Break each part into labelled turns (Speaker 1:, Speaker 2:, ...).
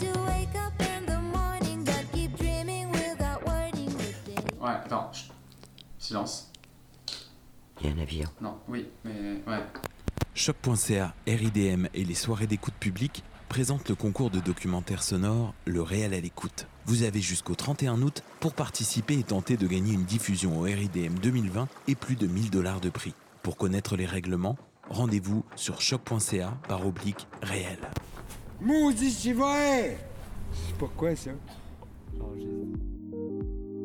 Speaker 1: to wake up in the morning, but keep dreaming without wording the day.
Speaker 2: Ouais, attends. chut. Silence.
Speaker 3: Il y a un avion.
Speaker 2: Non, oui, mais ouais.
Speaker 4: Choc.ca, RIDM et les soirées d'écoute publique présentent le concours de documentaire sonore Le Réel à l'écoute. Vous avez jusqu'au 31 août pour participer et tenter de gagner une diffusion au RIDM 2020 et plus de 1000 dollars de prix. Pour connaître les règlements, rendez-vous sur choc.ca par oblique réel.
Speaker 5: Maudit vrai Je sais pas quoi ça.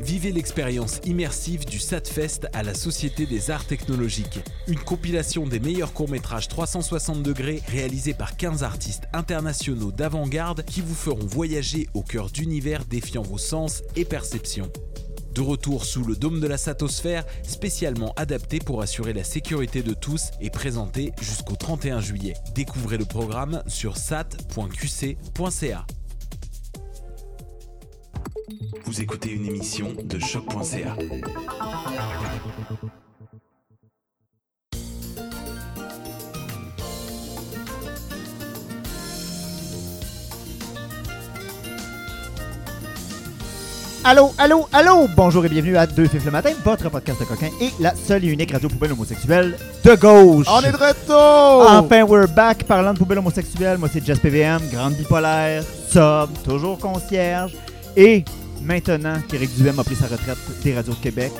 Speaker 4: Vivez l'expérience immersive du SATFest à la Société des Arts Technologiques. Une compilation des meilleurs courts-métrages 360 degrés réalisés par 15 artistes internationaux d'avant-garde qui vous feront voyager au cœur d'univers défiant vos sens et perceptions. De retour sous le dôme de la Satosphère, spécialement adapté pour assurer la sécurité de tous et présenté jusqu'au 31 juillet. Découvrez le programme sur sat.qc.ca. Vous écoutez une émission de choc.ca.
Speaker 6: Allô, allô, allô! Bonjour et bienvenue à Deux Fifs le matin, votre podcast de coquin et la seule et unique radio poubelle homosexuelle de gauche!
Speaker 7: On est de retour!
Speaker 6: Enfin, we're back! Parlant de poubelle homosexuelle, moi c'est Jess PVM, grande bipolaire, sobre, toujours concierge. Et maintenant qu'Éric Duhem a pris sa retraite des radios de Québec,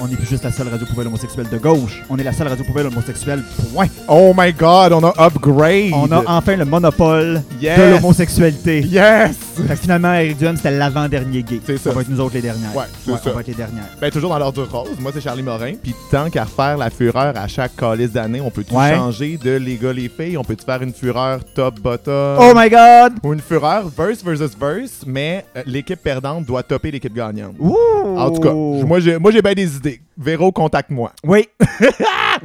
Speaker 6: on n'est plus juste la seule radio poubelle homosexuelle de gauche, on est la seule radio poubelle homosexuelle, point!
Speaker 7: Oh my god, on a upgrade!
Speaker 6: On a enfin le monopole
Speaker 7: Yes!
Speaker 6: de l'homosexualité.
Speaker 7: Yes!
Speaker 6: Fait que finalement, Eric Duhem, c'était l'avant-dernier gay.
Speaker 7: C'est ça.
Speaker 6: On va être nous autres les dernières.
Speaker 7: Ouais, c'est ça.
Speaker 6: On va être les dernières.
Speaker 7: Ben, toujours dans l'ordre rose, moi c'est Charlie Morin. Puis tant qu'à faire la fureur à chaque calice d'année, on peut tout
Speaker 6: Ouais.
Speaker 7: changer de les gars, les filles. On peut-tu faire une fureur top-bottom?
Speaker 6: Oh my god!
Speaker 7: Ou une fureur verse versus verse, mais euh, l'équipe perdante doit topper l'équipe gagnante.
Speaker 6: Ouh!
Speaker 7: En tout cas, moi j'ai, moi, j'ai bien des idées. Véro, contacte-moi.
Speaker 6: Oui.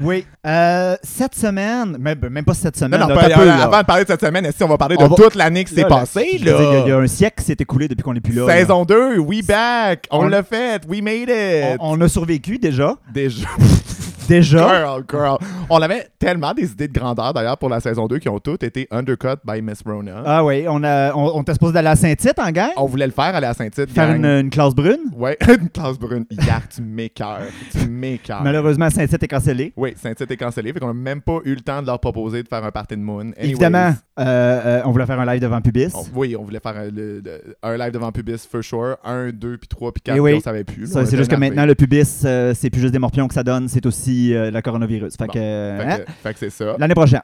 Speaker 6: oui. Euh, cette semaine, même, même pas cette
Speaker 7: Non,
Speaker 6: semaine.
Speaker 7: non,
Speaker 6: là,
Speaker 7: pas-
Speaker 6: t'as peu, là.
Speaker 7: avant de parler de cette semaine, est-ce qu'on va parler de
Speaker 6: On va-
Speaker 7: toute l'année qui s'est
Speaker 6: Là, là,
Speaker 7: passée?
Speaker 6: je veux dire, Il y,
Speaker 7: Là?
Speaker 6: a- il y a un siècle qui s'est écoulé depuis qu'on n'est plus là. là.
Speaker 7: Saison 2, we back! On,
Speaker 6: On-
Speaker 7: l'a fait, we made it!
Speaker 6: On, on a survécu déjà.
Speaker 7: Déjà.
Speaker 6: Déjà.
Speaker 7: Girl, girl. On avait tellement des idées de grandeur d'ailleurs pour la saison 2 qui ont toutes été undercut by Miss Rona.
Speaker 6: Ah oui, on, a, on, on était supposé d'aller à Saint-Tite en guerre.
Speaker 7: On voulait le faire, aller à Saint-Tite.
Speaker 6: Faire
Speaker 7: Oh, gang.
Speaker 6: une, euh, une classe brune.
Speaker 7: Ouais, une classe brune. Hier, tu m'écœures. Tu m'écœures.
Speaker 6: Malheureusement, Saint-Tite est cancellé.
Speaker 7: Oui, Saint-Tite est cancellé, fait qu'on n'a même pas eu le temps de leur proposer de faire un party de moon. Anyways,
Speaker 6: Évidemment, euh, euh, on voulait faire un live devant Pubis.
Speaker 7: on- oui, on voulait faire un, le- le- un live devant Pubis, for sure. Un, deux, puis trois, puis quatre,
Speaker 6: Eh oui.
Speaker 7: puis on savait plus. là,
Speaker 6: Ça,
Speaker 7: on
Speaker 6: c'est
Speaker 7: était
Speaker 6: juste que
Speaker 7: énervés.
Speaker 6: maintenant, le pubis, euh, c'est plus juste des morpions que ça donne, c'est aussi euh, le coronavirus. Fait
Speaker 7: Bon.
Speaker 6: que, euh, hein?
Speaker 7: Fait que, fait que c'est ça.
Speaker 6: L'année prochaine.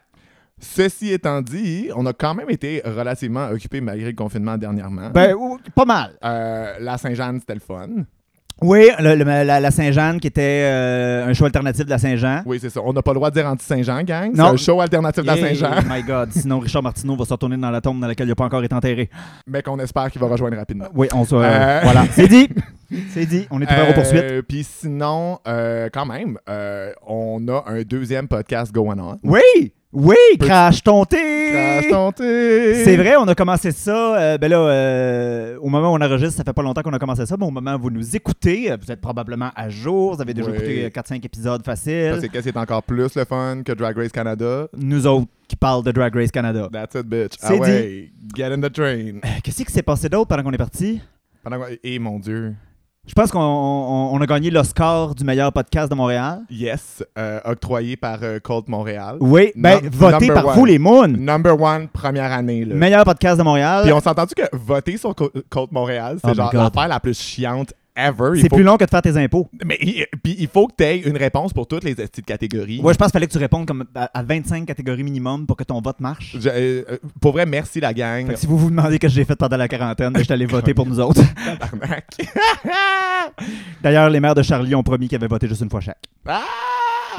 Speaker 7: Ceci étant dit, on a quand même été relativement occupés malgré le confinement dernièrement.
Speaker 6: Ben, ou- pas mal.
Speaker 7: Euh, la Saint-Jeanne, c'était le fun.
Speaker 6: Oui, le- le- la, la Saint-Jeanne, qui était euh, un show alternatif de la Saint-Jean.
Speaker 7: Oui, c'est ça. On n'a pas le droit de dire anti-Saint-Jean, gang. C'est
Speaker 6: Non.
Speaker 7: un show alternatif de la
Speaker 6: Yeah,
Speaker 7: Saint-Jean,
Speaker 6: my God, sinon Richard Martineau va se retourner dans la tombe dans laquelle il n'a pas encore été enterré.
Speaker 7: mais qu'on espère qu'il va rejoindre rapidement.
Speaker 6: Oui, on se...
Speaker 7: Euh.
Speaker 6: Voilà, c'est dit. C'est dit, on est ouvert aux poursuites.
Speaker 7: Euh, Puis sinon, euh, quand même, euh, on a un deuxième podcast going on.
Speaker 6: Oui, oui, crash tonté.
Speaker 7: Crash Tonté!
Speaker 6: C'est vrai, on a commencé ça. euh, ben là, euh, au moment où on enregistre, ça fait pas longtemps qu'on a commencé ça, mais au moment où vous nous écoutez, euh, vous êtes probablement à jour. Vous avez déjà
Speaker 7: Oui.
Speaker 6: écouté euh, 4-5 épisodes
Speaker 7: Ça,
Speaker 6: faciles.
Speaker 7: C'est qu'est-ce qui est encore plus le fun que Drag Race Canada?
Speaker 6: Nous autres qui parlent de Drag Race Canada.
Speaker 7: That's it, bitch.
Speaker 6: C'est
Speaker 7: Ah ouais, get in the train.
Speaker 6: Euh, Qu'est-ce qui s'est passé d'autre pendant qu'on est parti?
Speaker 7: Pendant qu'on- Eh mon Dieu.
Speaker 6: Je pense qu'on on- on a gagné l'Oscar du meilleur podcast de Montréal.
Speaker 7: Yes, euh, octroyé par euh, Colt Montréal.
Speaker 6: Oui, ben,
Speaker 7: Num-
Speaker 6: voté
Speaker 7: number
Speaker 6: par
Speaker 7: one.
Speaker 6: vous, les Moons.
Speaker 7: Number one, première année. Là.
Speaker 6: Meilleur podcast de Montréal.
Speaker 7: Puis on s'est entendu que voter sur Co- contre Montréal, c'est
Speaker 6: Oh my
Speaker 7: genre
Speaker 6: God.
Speaker 7: l'affaire la plus chiante ever. Il
Speaker 6: C'est
Speaker 7: faut-
Speaker 6: plus long que de faire tes impôts.
Speaker 7: Mais il, puis il faut que tu aies une réponse pour toutes les petites catégories.
Speaker 6: Ouais, je pense qu'il fallait que tu répondes comme à, à 25 catégories minimum pour que ton vote marche.
Speaker 7: Je- euh, euh, pour vrai, merci la gang.
Speaker 6: Fait que si vous vous demandez qu'est-ce que j'ai fait pendant la quarantaine, ben, je suis allé voter pour nous autres.
Speaker 7: Tabarnak.
Speaker 6: D'ailleurs, les maires de Charlie ont promis qu'ils avaient voté juste une fois chaque.
Speaker 7: Ah!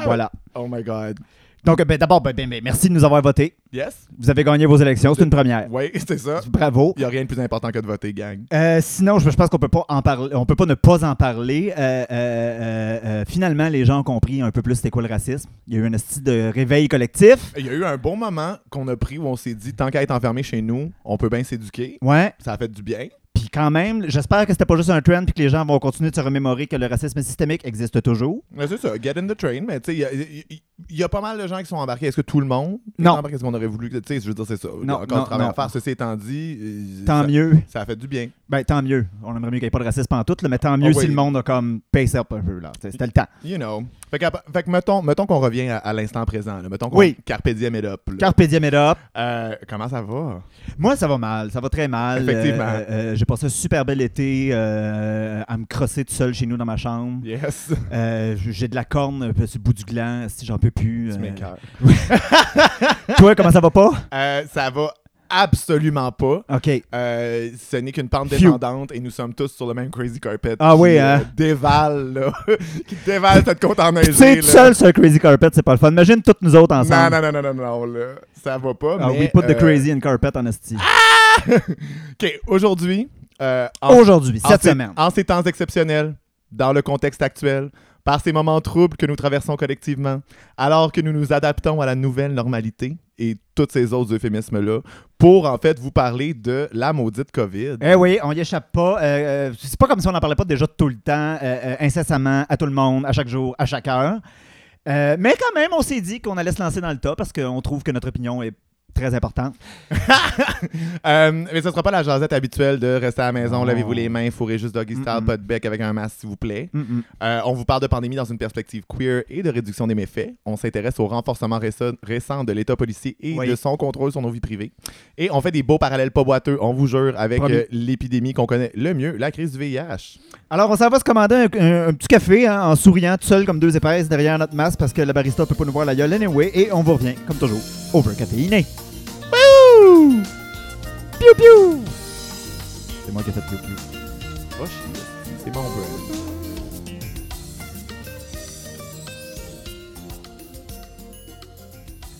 Speaker 6: Voilà.
Speaker 7: Oh my God.
Speaker 6: Donc, ben, d'abord, ben, ben, ben, merci de nous avoir voté.
Speaker 7: Yes?
Speaker 6: Vous avez gagné vos élections, c'est une première.
Speaker 7: Oui, c'est ça.
Speaker 6: Bravo.
Speaker 7: Il n'y a rien de plus important que de voter, gang.
Speaker 6: Euh, sinon, je, je pense qu'on peut pas en parler. On peut pas ne pas en parler. Euh, euh, euh, euh, finalement, les gens ont compris un peu plus c'était quoi le racisme. Il y a eu un style de réveil collectif.
Speaker 7: Il y a eu un bon moment qu'on a pris où on s'est dit, tant qu'à être enfermé chez nous, on peut bien s'éduquer.
Speaker 6: Ouais.
Speaker 7: Ça a fait du bien.
Speaker 6: Puis quand même, j'espère que c'était pas juste un trend puis que les gens vont continuer de se remémorer que le racisme systémique existe toujours.
Speaker 7: Mais c'est ça, get in the train. Mais tu sais, il y a- il y, il y a pas mal de gens qui sont embarqués. Est-ce que tout le monde
Speaker 6: Non.
Speaker 7: est embarqué? Est-ce qu'on aurait voulu que. Tu sais, je veux dire, c'est ça. Il y a
Speaker 6: Non,
Speaker 7: encore
Speaker 6: non,
Speaker 7: du travail
Speaker 6: non.
Speaker 7: à faire. Ceci étant dit, euh,
Speaker 6: Tant
Speaker 7: ça,
Speaker 6: mieux.
Speaker 7: ça a fait du bien.
Speaker 6: Ben, tant mieux. On aimerait mieux qu'il n'y ait pas de racisme en tout, là, mais tant mieux
Speaker 7: Ah oui.
Speaker 6: si le monde a comme pace up un peu. là. C'était c'était le temps.
Speaker 7: You know. Fait que, fait que mettons, mettons qu'on revient à, à l'instant présent. là. Mettons qu'on
Speaker 6: Oui.
Speaker 7: carpe diem it up. là.
Speaker 6: Carpe diem et up.
Speaker 7: Euh, comment ça va?
Speaker 6: Moi, ça va mal. Ça va très mal.
Speaker 7: Effectivement.
Speaker 6: Euh, euh, J'ai passé un super bel été euh, à me crosser tout seul chez nous dans ma chambre.
Speaker 7: Yes.
Speaker 6: Euh, J'ai de la corne un peu sur le bout du gland, si j'en peux plus.
Speaker 7: Tu
Speaker 6: euh.
Speaker 7: m'écoeures.
Speaker 6: Toi, comment ça va pas?
Speaker 7: Euh, ça va absolument pas.
Speaker 6: OK.
Speaker 7: Euh, ce n'est qu'une pente
Speaker 6: Phew.
Speaker 7: descendante et nous sommes tous sur le même crazy carpet.
Speaker 6: Ah
Speaker 7: qui,
Speaker 6: oui,
Speaker 7: euh,
Speaker 6: hein?
Speaker 7: dévale, là. qui dévale cette côte
Speaker 6: Tu sais,
Speaker 7: enneigée.
Speaker 6: tout
Speaker 7: là.
Speaker 6: seul sur un crazy carpet, c'est pas le fun. Imagine toutes nous autres
Speaker 7: Non,
Speaker 6: ensemble.
Speaker 7: non, non, non, non, non, là. Ça va pas.
Speaker 6: Ah,
Speaker 7: mais,
Speaker 6: we put
Speaker 7: euh,
Speaker 6: the crazy in carpet en esti.
Speaker 7: OK, aujourd'hui. euh,
Speaker 6: Ah,
Speaker 7: en-
Speaker 6: Aujourd'hui,
Speaker 7: en
Speaker 6: cette
Speaker 7: ces-
Speaker 6: semaine.
Speaker 7: En ces temps exceptionnels, dans le contexte actuel, par ces moments troubles que nous traversons collectivement, alors que nous nous adaptons à la nouvelle normalité et tous ces autres euphémismes-là, pour en fait vous parler de la maudite COVID.
Speaker 6: Eh oui, on y échappe pas. Euh, euh, c'est pas comme si on n'en parlait pas déjà tout le temps, euh, euh, incessamment, à tout le monde, à chaque jour, à chaque heure. Euh, mais quand même, on s'est dit qu'on allait se lancer dans le tas parce qu'on trouve que notre opinion est très importante.
Speaker 7: Euh, mais ce ne sera pas la jasette habituelle de rester à la maison,
Speaker 6: Non.
Speaker 7: lavez-vous les mains, fourrez juste doggy style,
Speaker 6: Mm-mm.
Speaker 7: pas de bec avec un masque, s'il vous plaît.
Speaker 6: Mm-mm.
Speaker 7: Euh, on vous parle de pandémie dans une perspective queer et de réduction des méfaits. On s'intéresse au renforcement réce- récent de l'État policier et
Speaker 6: Oui.
Speaker 7: de son contrôle sur nos vies privées. Et on fait des beaux parallèles pas boiteux, on vous jure, avec
Speaker 6: Promis.
Speaker 7: euh, l'épidémie qu'on connaît le mieux, la crise du VIH.
Speaker 6: Alors, on s'en va se commander un, un- un petit café hein, en souriant tout seul comme deux épaisses derrière notre masque parce que la barista peut pas nous voir la gueule anyway. Et on vous revient, comme toujours, overcaféiné. Wouh! Piou piou! C'est moi qui ai fait piou piou.
Speaker 7: Va chier. Oh, C'est bon, bro.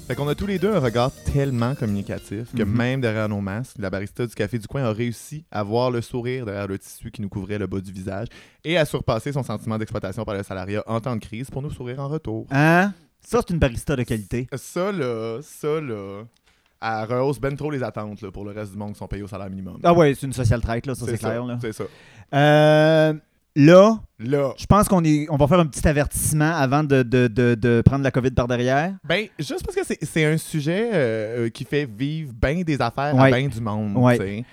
Speaker 7: Fait qu'on a tous les deux un regard tellement communicatif que
Speaker 6: Mhm.
Speaker 7: même derrière nos masques, la barista du café du coin a réussi à voir le sourire derrière le tissu qui nous couvrait le bas du visage et à surpasser son sentiment d'exploitation par le salariat en temps de crise pour nous sourire en retour.
Speaker 6: Hein? Ça, c'est une barista de qualité.
Speaker 7: Ça là, ça là, elle rehausse ben trop les attentes là, pour le reste du monde qui sont payés au salaire minimum.
Speaker 6: Ah ouais, c'est une social traite, là, ça c'est
Speaker 7: ça,
Speaker 6: clair. Là.
Speaker 7: C'est ça.
Speaker 6: Euh, là,
Speaker 7: Là,
Speaker 6: je pense qu'on est, on va faire un petit avertissement avant de, de- de- de prendre la COVID par derrière.
Speaker 7: Ben, juste parce que c'est- c'est un sujet euh, euh, qui fait vivre bien des affaires à
Speaker 6: Ouais.
Speaker 7: bien du monde.
Speaker 6: Ouais.
Speaker 7: tu sais.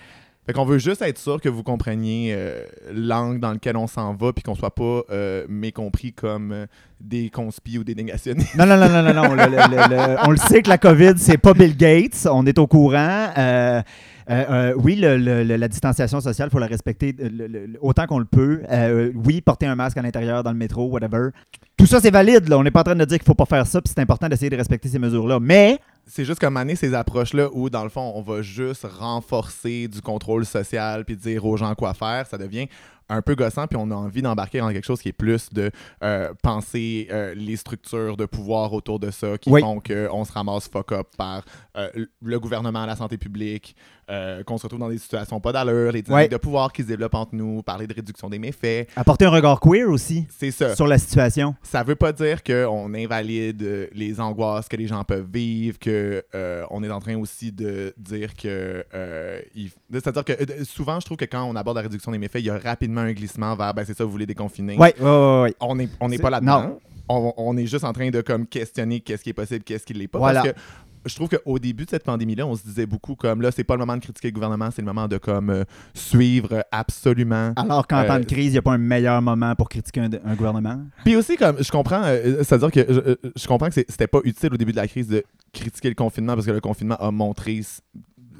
Speaker 7: Fait qu'on veut juste être sûr que vous compreniez euh, l'angle dans lequel on s'en va, puis qu'on soit pas euh, mécompris comme euh, des conspis ou des négationnistes.
Speaker 6: Non, non, non, non, non, non. le- le- le- le- on le sait que la COVID, c'est pas Bill Gates. On est au courant. Euh, euh, euh, oui, le- le- le- la distanciation sociale, faut la respecter euh, le- le- le- autant qu'on le peut. Euh, oui, porter un masque à l'intérieur, dans le métro, whatever. Tout ça, c'est valide. Là. On n'est pas en train de dire qu'il faut pas faire ça, puis c'est important d'essayer de respecter ces mesures-là. Mais
Speaker 7: C'est juste comme année ces approches-là où, dans le fond, on va juste renforcer du contrôle social puis dire aux gens quoi faire. Ça devient un peu gossant, puis on a envie d'embarquer dans quelque chose qui est plus de euh, penser euh, les structures de pouvoir autour de ça qui
Speaker 6: Oui.
Speaker 7: font qu'on se ramasse fuck up par euh, le gouvernement, la santé publique, euh, qu'on se retrouve dans des situations pas d'allure, les dynamiques
Speaker 6: Ouais.
Speaker 7: de pouvoir qui se développent entre nous, parler de réduction des méfaits.
Speaker 6: apporter un regard queer aussi
Speaker 7: C'est ça.
Speaker 6: sur la situation.
Speaker 7: Ça veut pas dire qu'on invalide euh, les angoisses que les gens peuvent vivre, que euh, on est en train aussi de dire que euh, il- c'est-à-dire que euh, souvent je trouve que quand on aborde la réduction des méfaits, il y a rapidement un glissement vers ben c'est ça vous voulez déconfiner.
Speaker 6: Oui, oui, oui.
Speaker 7: On n'est on est
Speaker 6: C'est-
Speaker 7: pas là-dedans.
Speaker 6: non.
Speaker 7: On, on est juste en train de comme questionner qu'est-ce qui est possible, qu'est-ce qui l'est pas
Speaker 6: Voilà.
Speaker 7: parce que je trouve qu'au début de cette pandémie-là, on se disait beaucoup comme là, c'est pas le moment de critiquer le gouvernement, c'est le moment de comme euh, suivre euh, absolument
Speaker 6: Alors qu'en
Speaker 7: Euh,
Speaker 6: temps de crise, il n'y a pas un meilleur moment pour critiquer un, un gouvernement.
Speaker 7: Puis aussi, comme je comprends, euh, c'est-à-dire que je, euh, je comprends que c'est- c'était pas utile au début de la crise de critiquer le confinement parce que le confinement a montré s-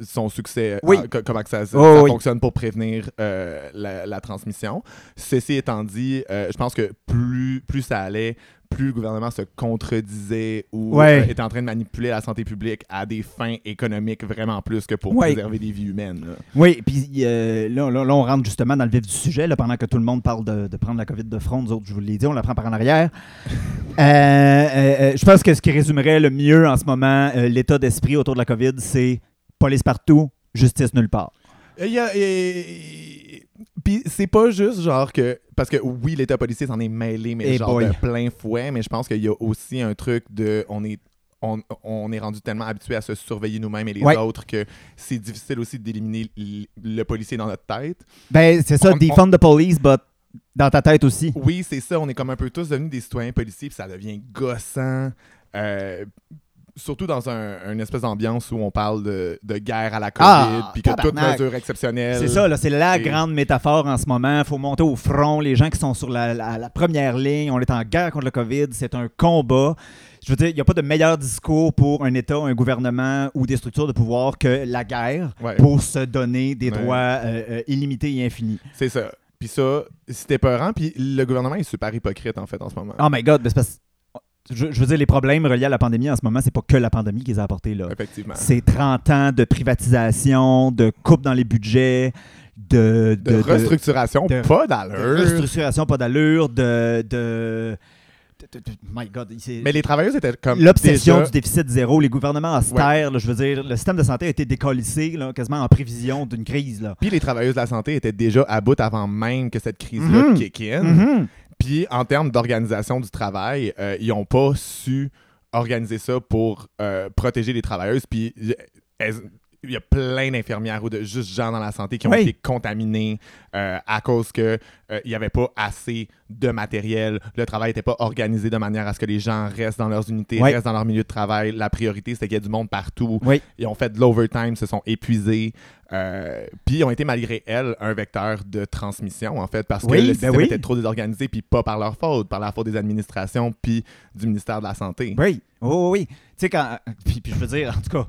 Speaker 7: son succès,
Speaker 6: Oui.
Speaker 7: euh, co- comment que ça, ça
Speaker 6: Oh, oui.
Speaker 7: fonctionne pour prévenir euh, la, la transmission. Ceci étant dit, euh, je pense que plus, plus ça allait, plus le gouvernement se contredisait ou
Speaker 6: Ouais.
Speaker 7: euh, était en train de manipuler la santé publique à des fins économiques vraiment plus que pour
Speaker 6: Ouais.
Speaker 7: préserver des vies humaines. là.
Speaker 6: Oui, puis euh, là, là, là, on rentre justement dans le vif du sujet, là, pendant que tout le monde parle de, de prendre la COVID de front. Nous autres, je vous l'ai dit, on la prend par en arrière. Euh, euh, euh, je pense que ce qui résumerait le mieux en ce moment euh, l'état d'esprit autour de la COVID, c'est police partout, justice nulle part.
Speaker 7: Il y a- et- Puis c'est pas juste genre que. Parce que oui, l'État policier s'en est mêlé, mais
Speaker 6: Eh
Speaker 7: genre
Speaker 6: boy.
Speaker 7: de plein fouet. Mais je pense qu'il y a aussi un truc de. On est. On, on est rendu tellement habitué à se surveiller nous-mêmes et les
Speaker 6: Ouais.
Speaker 7: autres que c'est difficile aussi d'éliminer l- le policier dans notre tête.
Speaker 6: Ben, c'est ça,
Speaker 7: On- on-
Speaker 6: defund the police, but dans ta tête aussi.
Speaker 7: Oui, c'est ça. On est comme un peu tous devenus des citoyens policiers, puis ça devient gossant. Euh, surtout dans un, une espèce d'ambiance où on parle de, de guerre à la COVID,
Speaker 6: Ah,
Speaker 7: puis que toute
Speaker 6: tabarnak.
Speaker 7: mesure exceptionnelle.
Speaker 6: C'est ça, là, c'est la
Speaker 7: Et-
Speaker 6: grande métaphore en ce moment. Il faut monter au front. Les gens qui sont sur la, la- la première ligne, on est en guerre contre le COVID, c'est un combat. Je veux dire, il n'y a pas de meilleur discours pour un État, un gouvernement ou des structures de pouvoir que la guerre
Speaker 7: Ouais.
Speaker 6: pour se donner des
Speaker 7: Ouais.
Speaker 6: droits euh, euh, illimités et infinis.
Speaker 7: C'est ça. Puis ça, c'était peurant. Puis le gouvernement est super hypocrite, en fait, en ce moment.
Speaker 6: Oh my God, mais c'est parce- je, je veux dire, les problèmes reliés à la pandémie en ce moment, c'est pas que la pandémie qui les a apportés. Là.
Speaker 7: Effectivement.
Speaker 6: C'est 30 ans de privatisation, de coupe dans les budgets, de,
Speaker 7: De, restructuration,
Speaker 6: de-
Speaker 7: pas
Speaker 6: de
Speaker 7: d'allure.
Speaker 6: restructuration pas d'allure, de, de, de- de- de- My God, c'est-
Speaker 7: Mais les travailleurs étaient comme.
Speaker 6: l'obsession
Speaker 7: déjà-
Speaker 6: du déficit zéro, les gouvernements austères, là, je veux dire, le système de santé a été décollissé là, quasiment en prévision d'une crise. Là.
Speaker 7: Puis les travailleuses de la santé étaient déjà à bout avant même que cette crise-là
Speaker 6: Mhm.
Speaker 7: kick in. Puis en termes d'organisation du travail, euh, ils n'ont pas su organiser ça pour euh, protéger les travailleuses. Puis y- elles- il y a plein d'infirmières ou de juste gens dans la santé qui ont
Speaker 6: Oui.
Speaker 7: été contaminés euh, à cause que euh, il n'y avait pas assez de matériel. Le travail n'était pas organisé de manière à ce que les gens restent dans leurs unités,
Speaker 6: Oui.
Speaker 7: restent dans leur milieu de travail. La priorité, c'était qu'il y ait du monde partout.
Speaker 6: Oui.
Speaker 7: Ils ont fait de l'overtime, se sont épuisés. Euh, puis ils ont été, malgré elles, un vecteur de transmission, en fait, parce
Speaker 6: Oui,
Speaker 7: que le
Speaker 6: ben
Speaker 7: système
Speaker 6: oui.
Speaker 7: était trop désorganisé, puis pas par leur faute, par la faute des administrations, puis du ministère de la Santé.
Speaker 6: Oui, oui, oui, oui. Tu sais, quand. euh, Puis, puis je veux dire, en tout cas.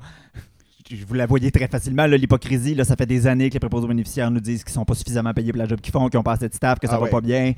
Speaker 6: je- Vous la voyez très facilement, là, l'hypocrisie. Là, ça fait des années que les préposés aux bénéficiaires nous disent qu'ils sont pas suffisamment payés pour la job qu'ils font, qu'ils ont pas assez de staff, que ça
Speaker 7: Ah
Speaker 6: va
Speaker 7: ouais.
Speaker 6: pas bien.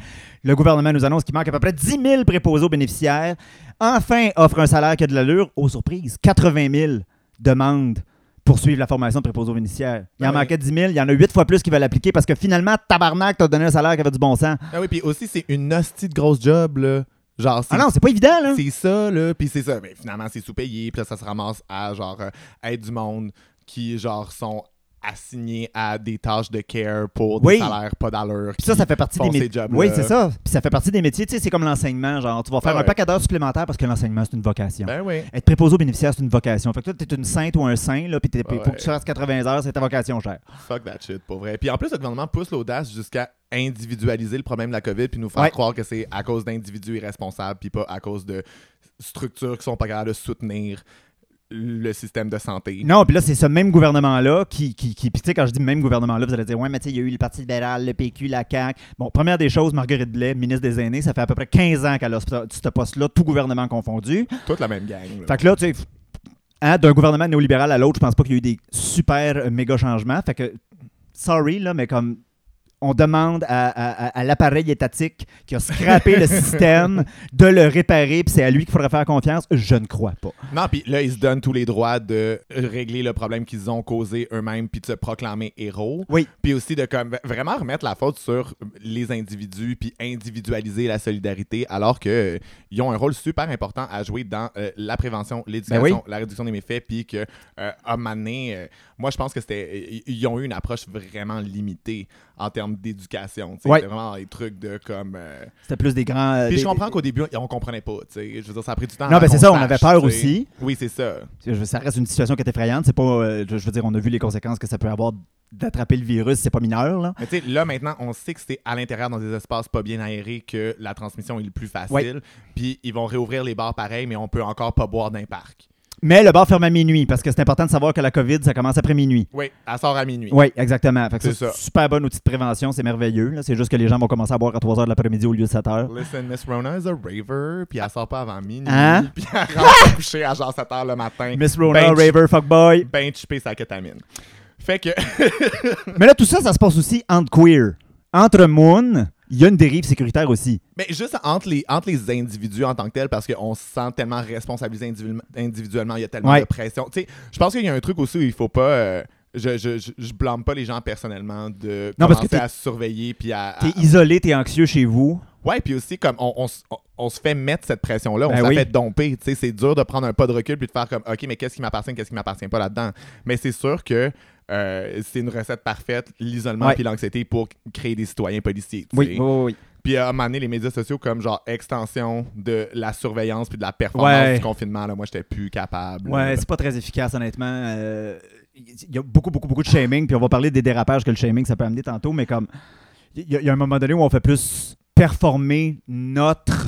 Speaker 6: Le gouvernement nous annonce qu'il manque à peu près 10 000 préposés aux bénéficiaires. Enfin, offre un salaire qui a de l'allure. Oh, Aux surprises, 80 000 demandent pour suivre la formation de préposés aux bénéficiaires. Il en
Speaker 7: Ah ouais.
Speaker 6: manquait 10 000. Il y en a 8 fois plus qui veulent l'appliquer parce que finalement, tabarnak, t'as donné un salaire qui avait du bon sens.
Speaker 7: Ah oui, puis aussi, c'est une hostie de grosse job, là. Genre, c'est
Speaker 6: Ah non, c'est pas évident, là.
Speaker 7: C'est ça, là. Puis c'est ça. Mais finalement, c'est sous-payé. Puis là, ça se ramasse à, genre, euh, être du monde qui, genre, sont assignés à des tâches de care pour des
Speaker 6: Oui.
Speaker 7: salaires pas d'allure.
Speaker 6: Puis ça, ça fait partie des
Speaker 7: font ces
Speaker 6: métiers.
Speaker 7: jobs-là.
Speaker 6: Oui, c'est ça. Puis ça fait partie des métiers. Tu sais, c'est comme l'enseignement. Genre, tu vas faire
Speaker 7: Ah ouais.
Speaker 6: un paquet d'heures supplémentaires parce que l'enseignement, c'est une vocation.
Speaker 7: Ben oui.
Speaker 6: Être préposé aux bénéficiaires, c'est une vocation. Fait que toi, t'es une sainte ou un saint, là, puis t'es-
Speaker 7: Ah ouais.
Speaker 6: pour que tu fasses 80 heures, c'est ta vocation chère.
Speaker 7: Fuck that shit, pour vrai. Puis en plus, le gouvernement pousse l'audace jusqu'à individualiser le problème de la COVID puis nous faire
Speaker 6: Ouais.
Speaker 7: croire que c'est à cause d'individus irresponsables puis pas à cause de structures qui sont pas capables de soutenir le système de santé.
Speaker 6: Non, puis là, c'est ce même gouvernement-là qui. qui, qui puis tu sais, quand je dis même gouvernement-là, vous allez dire, ouais, mais tu sais, il y a eu le Parti libéral, le PQ, la CAQ. Bon, première des choses, Marguerite Blais, ministre des Aînés, ça fait à peu près 15 ans qu'elle a ce, ce poste-là, tout gouvernement confondu.
Speaker 7: Toute la même gang. là.
Speaker 6: Fait que là, tu sais, hein, d'un gouvernement néolibéral à l'autre, je pense pas qu'il y a eu des super euh, méga changements. Fait que, sorry, là, mais comme on demande à, à- à- à l'appareil étatique qui a scrappé le système de le réparer, puis c'est à lui qu'il faudrait faire confiance, je ne crois pas.
Speaker 7: Non, puis là, ils se donnent tous les droits de régler le problème qu'ils ont causé eux-mêmes puis de se proclamer héros.
Speaker 6: Oui.
Speaker 7: Puis aussi de comme vraiment remettre la faute sur les individus puis individualiser la solidarité alors que euh, ils ont un rôle super important à jouer dans euh, la prévention, l'éducation,
Speaker 6: Ben
Speaker 7: la réduction des méfaits puis que euh, à un moment donné, euh, moi je pense que c'était ils ils ont eu une approche vraiment limitée en termes d'éducation, tu sais,
Speaker 6: Ouais.
Speaker 7: c'était vraiment des trucs de comme euh,
Speaker 6: C'était plus des grands. euh,
Speaker 7: puis
Speaker 6: des-
Speaker 7: je comprends qu'au début on comprenait pas, tu sais, je veux dire ça a pris du temps.
Speaker 6: Non,
Speaker 7: avant
Speaker 6: ben c'est
Speaker 7: qu'on
Speaker 6: ça, on
Speaker 7: sache,
Speaker 6: avait peur
Speaker 7: tu sais.
Speaker 6: aussi.
Speaker 7: Oui, c'est ça.
Speaker 6: Je veux- Ça reste une situation qui est effrayante. C'est pas. euh, je je veux dire, on a vu les conséquences que ça peut avoir d'attraper le virus, c'est pas mineur, là.
Speaker 7: Mais tu sais, là maintenant, on sait que c'est à l'intérieur dans des espaces pas bien aérés que la transmission est le plus facile.
Speaker 6: Ouais.
Speaker 7: Puis ils vont réouvrir les bars pareil, mais on peut encore pas boire dans les parcs.
Speaker 6: Mais le bar ferme à minuit parce que c'est important de savoir que la COVID, ça commence après minuit.
Speaker 7: Oui, elle sort à minuit.
Speaker 6: Oui, exactement. Fait que
Speaker 7: C'est
Speaker 6: ça,
Speaker 7: ça.
Speaker 6: c'est super bon outil de prévention, c'est merveilleux. là. C'est juste que les gens vont commencer à boire à 3 h de l'après-midi au lieu de 7 h.
Speaker 7: Listen, Miss Rona is a raver, puis elle sort pas avant minuit,
Speaker 6: Hein?
Speaker 7: puis elle rentre coucher à genre 7 h le matin.
Speaker 6: Miss Rona,
Speaker 7: Ben,
Speaker 6: Raver, Fuckboy.
Speaker 7: Ben chipé sa kétamine. Fait que.
Speaker 6: Mais là, tout ça, ça se passe aussi entre queer. Entre Moon, il y a une dérive sécuritaire aussi.
Speaker 7: Mais juste entre les, entre les individus en tant que tels, parce qu'on se sent tellement responsabilisé individuellement- individuellement, il y a tellement
Speaker 6: Ouais.
Speaker 7: de pression. Tu sais, je pense qu'il y a un truc aussi où il faut pas. euh, je, je, je, je blâme pas les gens personnellement de
Speaker 6: Non, parce que
Speaker 7: commencer
Speaker 6: t'es-
Speaker 7: à se surveiller puis à. à-
Speaker 6: T'es isolé, t'es anxieux chez vous.
Speaker 7: Ouais, puis aussi, comme on, on s- on- on se fait mettre cette pression-là, on
Speaker 6: Ben
Speaker 7: se la
Speaker 6: oui.
Speaker 7: fait domper. Tu sais, c'est dur de prendre un pas de recul puis de faire comme, OK, mais qu'est-ce qui m'appartient, qu'est-ce qui m'appartient pas là-dedans. Mais c'est sûr que. euh, c'est une recette parfaite, l'isolement
Speaker 6: Ouais.
Speaker 7: puis l'anxiété pour créer des citoyens policiers. tu sais.
Speaker 6: Oui, oui, oui. oui.
Speaker 7: Puis à un moment donné, les médias sociaux comme genre extension de la surveillance puis de la performance
Speaker 6: Ouais.
Speaker 7: du confinement, là, moi j'étais plus capable.
Speaker 6: Ouais, c'est pas très efficace, honnêtement. Euh, Il y a beaucoup, beaucoup, beaucoup de shaming, puis on va parler des dérapages que le shaming ça peut amener tantôt, mais comme il y, a- il y a un moment donné où on fait plus performer notre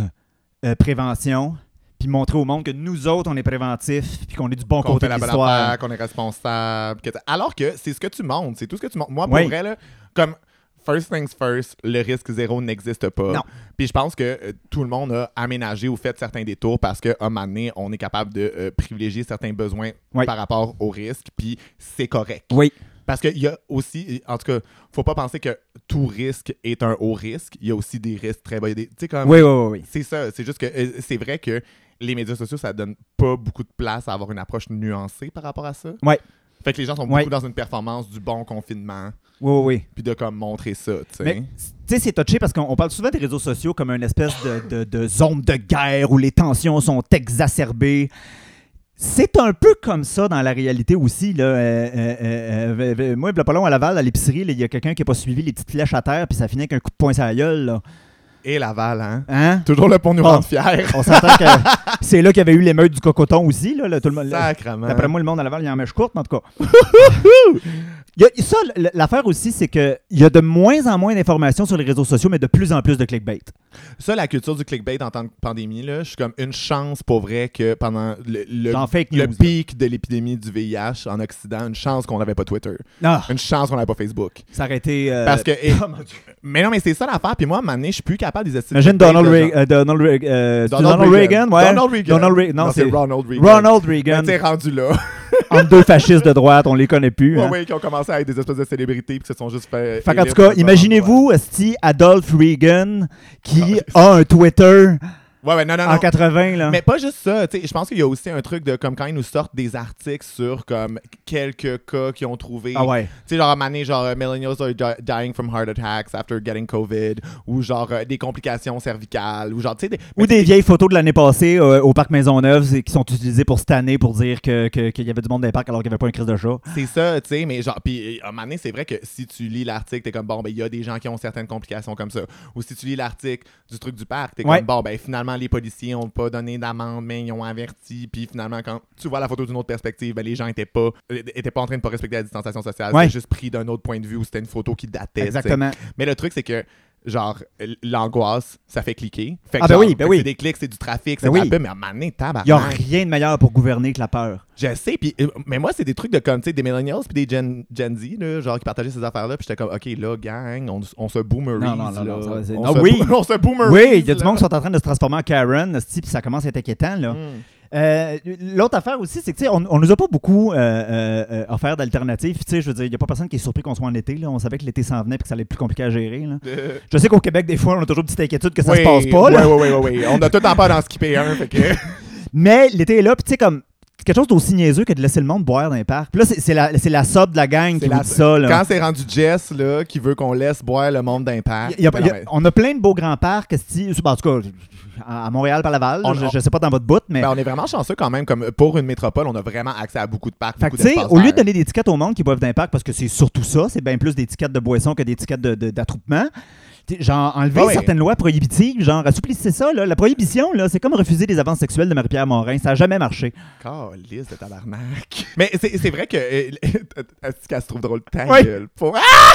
Speaker 6: euh, prévention, puis montrer au monde que nous autres, on est préventifs, puis qu'on est du bon
Speaker 7: qu'on
Speaker 6: côté
Speaker 7: fait
Speaker 6: de
Speaker 7: la bonne
Speaker 6: l'histoire.
Speaker 7: affaire, qu'on est responsable. que t- Alors que c'est ce que tu montres, c'est tout ce que tu montres. Moi, pour
Speaker 6: Ouais.
Speaker 7: vrai, là, comme first things first, le risque zéro n'existe pas.
Speaker 6: Non.
Speaker 7: Puis je pense que euh, tout le monde a aménagé ou fait certains détours parce qu'à un moment donné, on est capable de euh, privilégier certains besoins
Speaker 6: Ouais.
Speaker 7: par rapport au risque, puis c'est correct.
Speaker 6: Oui.
Speaker 7: Parce qu'il y a aussi, en tout cas, faut pas penser que tout risque est un haut risque. Il y a aussi des risques très bas. Des- Tu sais, comme.
Speaker 6: Oui, oui, oui, oui.
Speaker 7: C'est ça. C'est juste que euh, c'est vrai que les médias sociaux, ça donne pas beaucoup de place à avoir une approche nuancée par rapport à ça.
Speaker 6: Ouais.
Speaker 7: Fait que les gens sont
Speaker 6: Ouais.
Speaker 7: beaucoup dans une performance du bon confinement,
Speaker 6: Oui, oui, oui.
Speaker 7: puis de comme montrer ça, tu sais.
Speaker 6: Mais tu sais, c'est touché parce qu'on on parle souvent des réseaux sociaux comme une espèce de, de- de zone de guerre où les tensions sont exacerbées. C'est un peu comme ça dans la réalité aussi. Là. Euh, euh, euh, euh, euh, moi, pas long à Laval, à l'épicerie, là, il y a quelqu'un qui n'a pas suivi les petites flèches à terre, puis ça finit avec un coup de poing sur la gueule. là.
Speaker 7: Et Laval, hein?
Speaker 6: Hein?
Speaker 7: Toujours le pont nous
Speaker 6: Ah.
Speaker 7: rendre fiers.
Speaker 6: On s'entend que c'est là qu'il y avait eu l'émeute du cocoton aussi. Là, là, tout le monde,
Speaker 7: Sacrement.
Speaker 6: D'après moi, le monde à Laval, il en mèche courte, mais en tout cas. Il y a- ça, l- l'affaire aussi, c'est qu'il y a de moins en moins d'informations sur les réseaux sociaux, mais de plus en plus de clickbait.
Speaker 7: Ça, la culture du clickbait en temps de pandémie, là, je suis comme une chance pour vrai que pendant le, le,
Speaker 6: Genre fake
Speaker 7: le
Speaker 6: news,
Speaker 7: pic de l'épidémie du VIH en Occident, une chance qu'on n'avait pas Twitter.
Speaker 6: Ah,
Speaker 7: Une chance qu'on n'avait pas Facebook.
Speaker 6: ça aurait été. euh,
Speaker 7: Parce que. et-
Speaker 6: oh mon Dieu.
Speaker 7: mais non, mais c'est ça l'affaire. Puis moi, à un moment donné, je suis plus capable des estimer
Speaker 6: Imagine
Speaker 7: de
Speaker 6: Donald,
Speaker 7: gens.
Speaker 6: Reagan, euh, Donald, Reagan, euh, c'est Donald Reagan. ouais.
Speaker 7: Donald Reagan.
Speaker 6: Donald Re- non, c'est
Speaker 7: Ronald Reagan.
Speaker 6: Ronald
Speaker 7: Mais
Speaker 6: Reagan.
Speaker 7: t'es rendu là.
Speaker 6: entre deux fascistes de droite, on les connaît plus.
Speaker 7: ouais,
Speaker 6: hein.
Speaker 7: ouais, qui ont commencé à être des espèces de célébrités puis qui se sont juste fait.
Speaker 6: Fait qu'en tout
Speaker 7: élire
Speaker 6: cas,
Speaker 7: par
Speaker 6: imaginez-vous, Esti Adolf Reagan qui a un Twitter
Speaker 7: Ouais, ouais, non, non,
Speaker 6: en
Speaker 7: non.
Speaker 6: 80. Là.
Speaker 7: Mais pas juste ça, tu sais, je pense qu'il y a aussi un truc de comme quand ils nous sortent des articles sur comme quelques cas qu'ils ont trouvé.
Speaker 6: ah ouais.
Speaker 7: Tu sais, genre, à un moment donné, genre, euh, millennials are di- dying from heart attacks after getting COVID, ou genre, euh, des complications cervicales, ou genre, tu sais, des-
Speaker 6: Ou des vieilles photos de l'année passée euh, au parc Maisonneuve c'est- qui sont utilisées pour cette année pour dire que- que- qu'il y avait du monde dans les parcs alors qu'il n'y avait pas un crise de chat.
Speaker 7: C'est ça, tu sais, mais genre, puis euh, à un moment donné, c'est vrai que si tu lis l'article, t'es comme, bon, ben, il y a des gens qui ont certaines complications comme ça. Ou si tu lis l'article du truc du parc, t'es
Speaker 6: Ouais.
Speaker 7: comme, bon, ben, finalement, les policiers ont pas donné d'amende, mais ils ont averti. Puis finalement, quand tu vois la photo d'une autre perspective, ben, les gens étaient pas, euh, étaient pas en train de pas respecter la distanciation sociale.
Speaker 6: Ouais.
Speaker 7: C'était juste pris d'un autre point de vue ou c'était une photo qui datait. tu sais.
Speaker 6: Exactement.
Speaker 7: Mais le truc, c'est que, genre, l- l'angoisse, ça fait cliquer. Fait que,
Speaker 6: Ah, ben
Speaker 7: genre,
Speaker 6: oui, ben
Speaker 7: fait que
Speaker 6: oui.
Speaker 7: C'est des clics, c'est du trafic, c'est
Speaker 6: Ben
Speaker 7: de la
Speaker 6: oui.
Speaker 7: pub, mais à un moment donné, tabarnak.
Speaker 6: Il n'y a rien de meilleur pour gouverner que la peur.
Speaker 7: Je sais, puis euh, mais moi, c'est des trucs de comme, tu sais, des millennials puis des Gen, Gen Z, là, genre, qui partageaient ces affaires-là, puis j'étais comme, OK, là, gang, on, on se boomerise,
Speaker 6: Non, non, non,
Speaker 7: là.
Speaker 6: non, ça va, c'est-
Speaker 7: on
Speaker 6: non,
Speaker 7: se
Speaker 6: oui.
Speaker 7: boo- on se boomerise,
Speaker 6: Oui, il y a du
Speaker 7: là.
Speaker 6: monde qui sont en train de se transformer en Karen, esti, puis ça commence à être inquiétant. là.
Speaker 7: Mm.
Speaker 6: Euh, L'autre affaire aussi, c'est que tu sais, on, on nous a pas beaucoup euh, euh, euh, offert d'alternatives. Puis, tu sais, Je veux dire, il n'y a pas personne qui est surpris qu'on soit en été. Là. On savait que l'été s'en venait et que ça allait être plus compliqué à gérer. là.
Speaker 7: Euh,
Speaker 6: Je sais qu'au Québec, des fois, on a toujours une petite inquiétude que ça
Speaker 7: oui,
Speaker 6: se passe pas. là.
Speaker 7: Oui, oui, oui, oui, oui. On a tout en peur d'en skipper un, fait que...
Speaker 6: Mais l'été est là, puis tu sais, comme quelque chose d'aussi niaiseux que de laisser le monde boire dans les parcs. Puis là, c'est c'est la, c'est la sob de la gang qui
Speaker 7: C'est
Speaker 6: vous
Speaker 7: la-
Speaker 6: dit ça. là.
Speaker 7: Quand c'est rendu Jess, là, qui veut qu'on laisse boire le monde d'impact...
Speaker 6: Il y a-
Speaker 7: ben
Speaker 6: il y a-
Speaker 7: non, mais-
Speaker 6: on a plein de beaux grands parcs, esti, en tout cas, à à Montréal, par Laval. là,
Speaker 7: On-
Speaker 6: je, je sais pas dans votre bout, mais.
Speaker 7: ben, on est vraiment chanceux quand même, comme pour une métropole, on a vraiment accès à beaucoup de parcs,
Speaker 6: Fait que,
Speaker 7: beaucoup
Speaker 6: tu sais,
Speaker 7: d'espaces
Speaker 6: au lieu de
Speaker 7: verts.
Speaker 6: donner des étiquettes au monde qui boivent d'impact, parce que c'est surtout ça, c'est bien plus des étiquettes de boissons que des étiquettes de- de- d'attroupement, tu sais, genre enlever
Speaker 7: Ah ouais.
Speaker 6: certaines lois prohibitives, genre assouplissez ça, là. La prohibition, là, c'est comme refuser des avances sexuelles de Marie-Pierre Morin, ça n'a jamais marché.
Speaker 7: Calice de tabarnak. Mais c'est c'est vrai que. euh, Est-ce qu'elle se trouve drôle? Ta
Speaker 6: Ouais.
Speaker 7: gueule. Pour- Ah!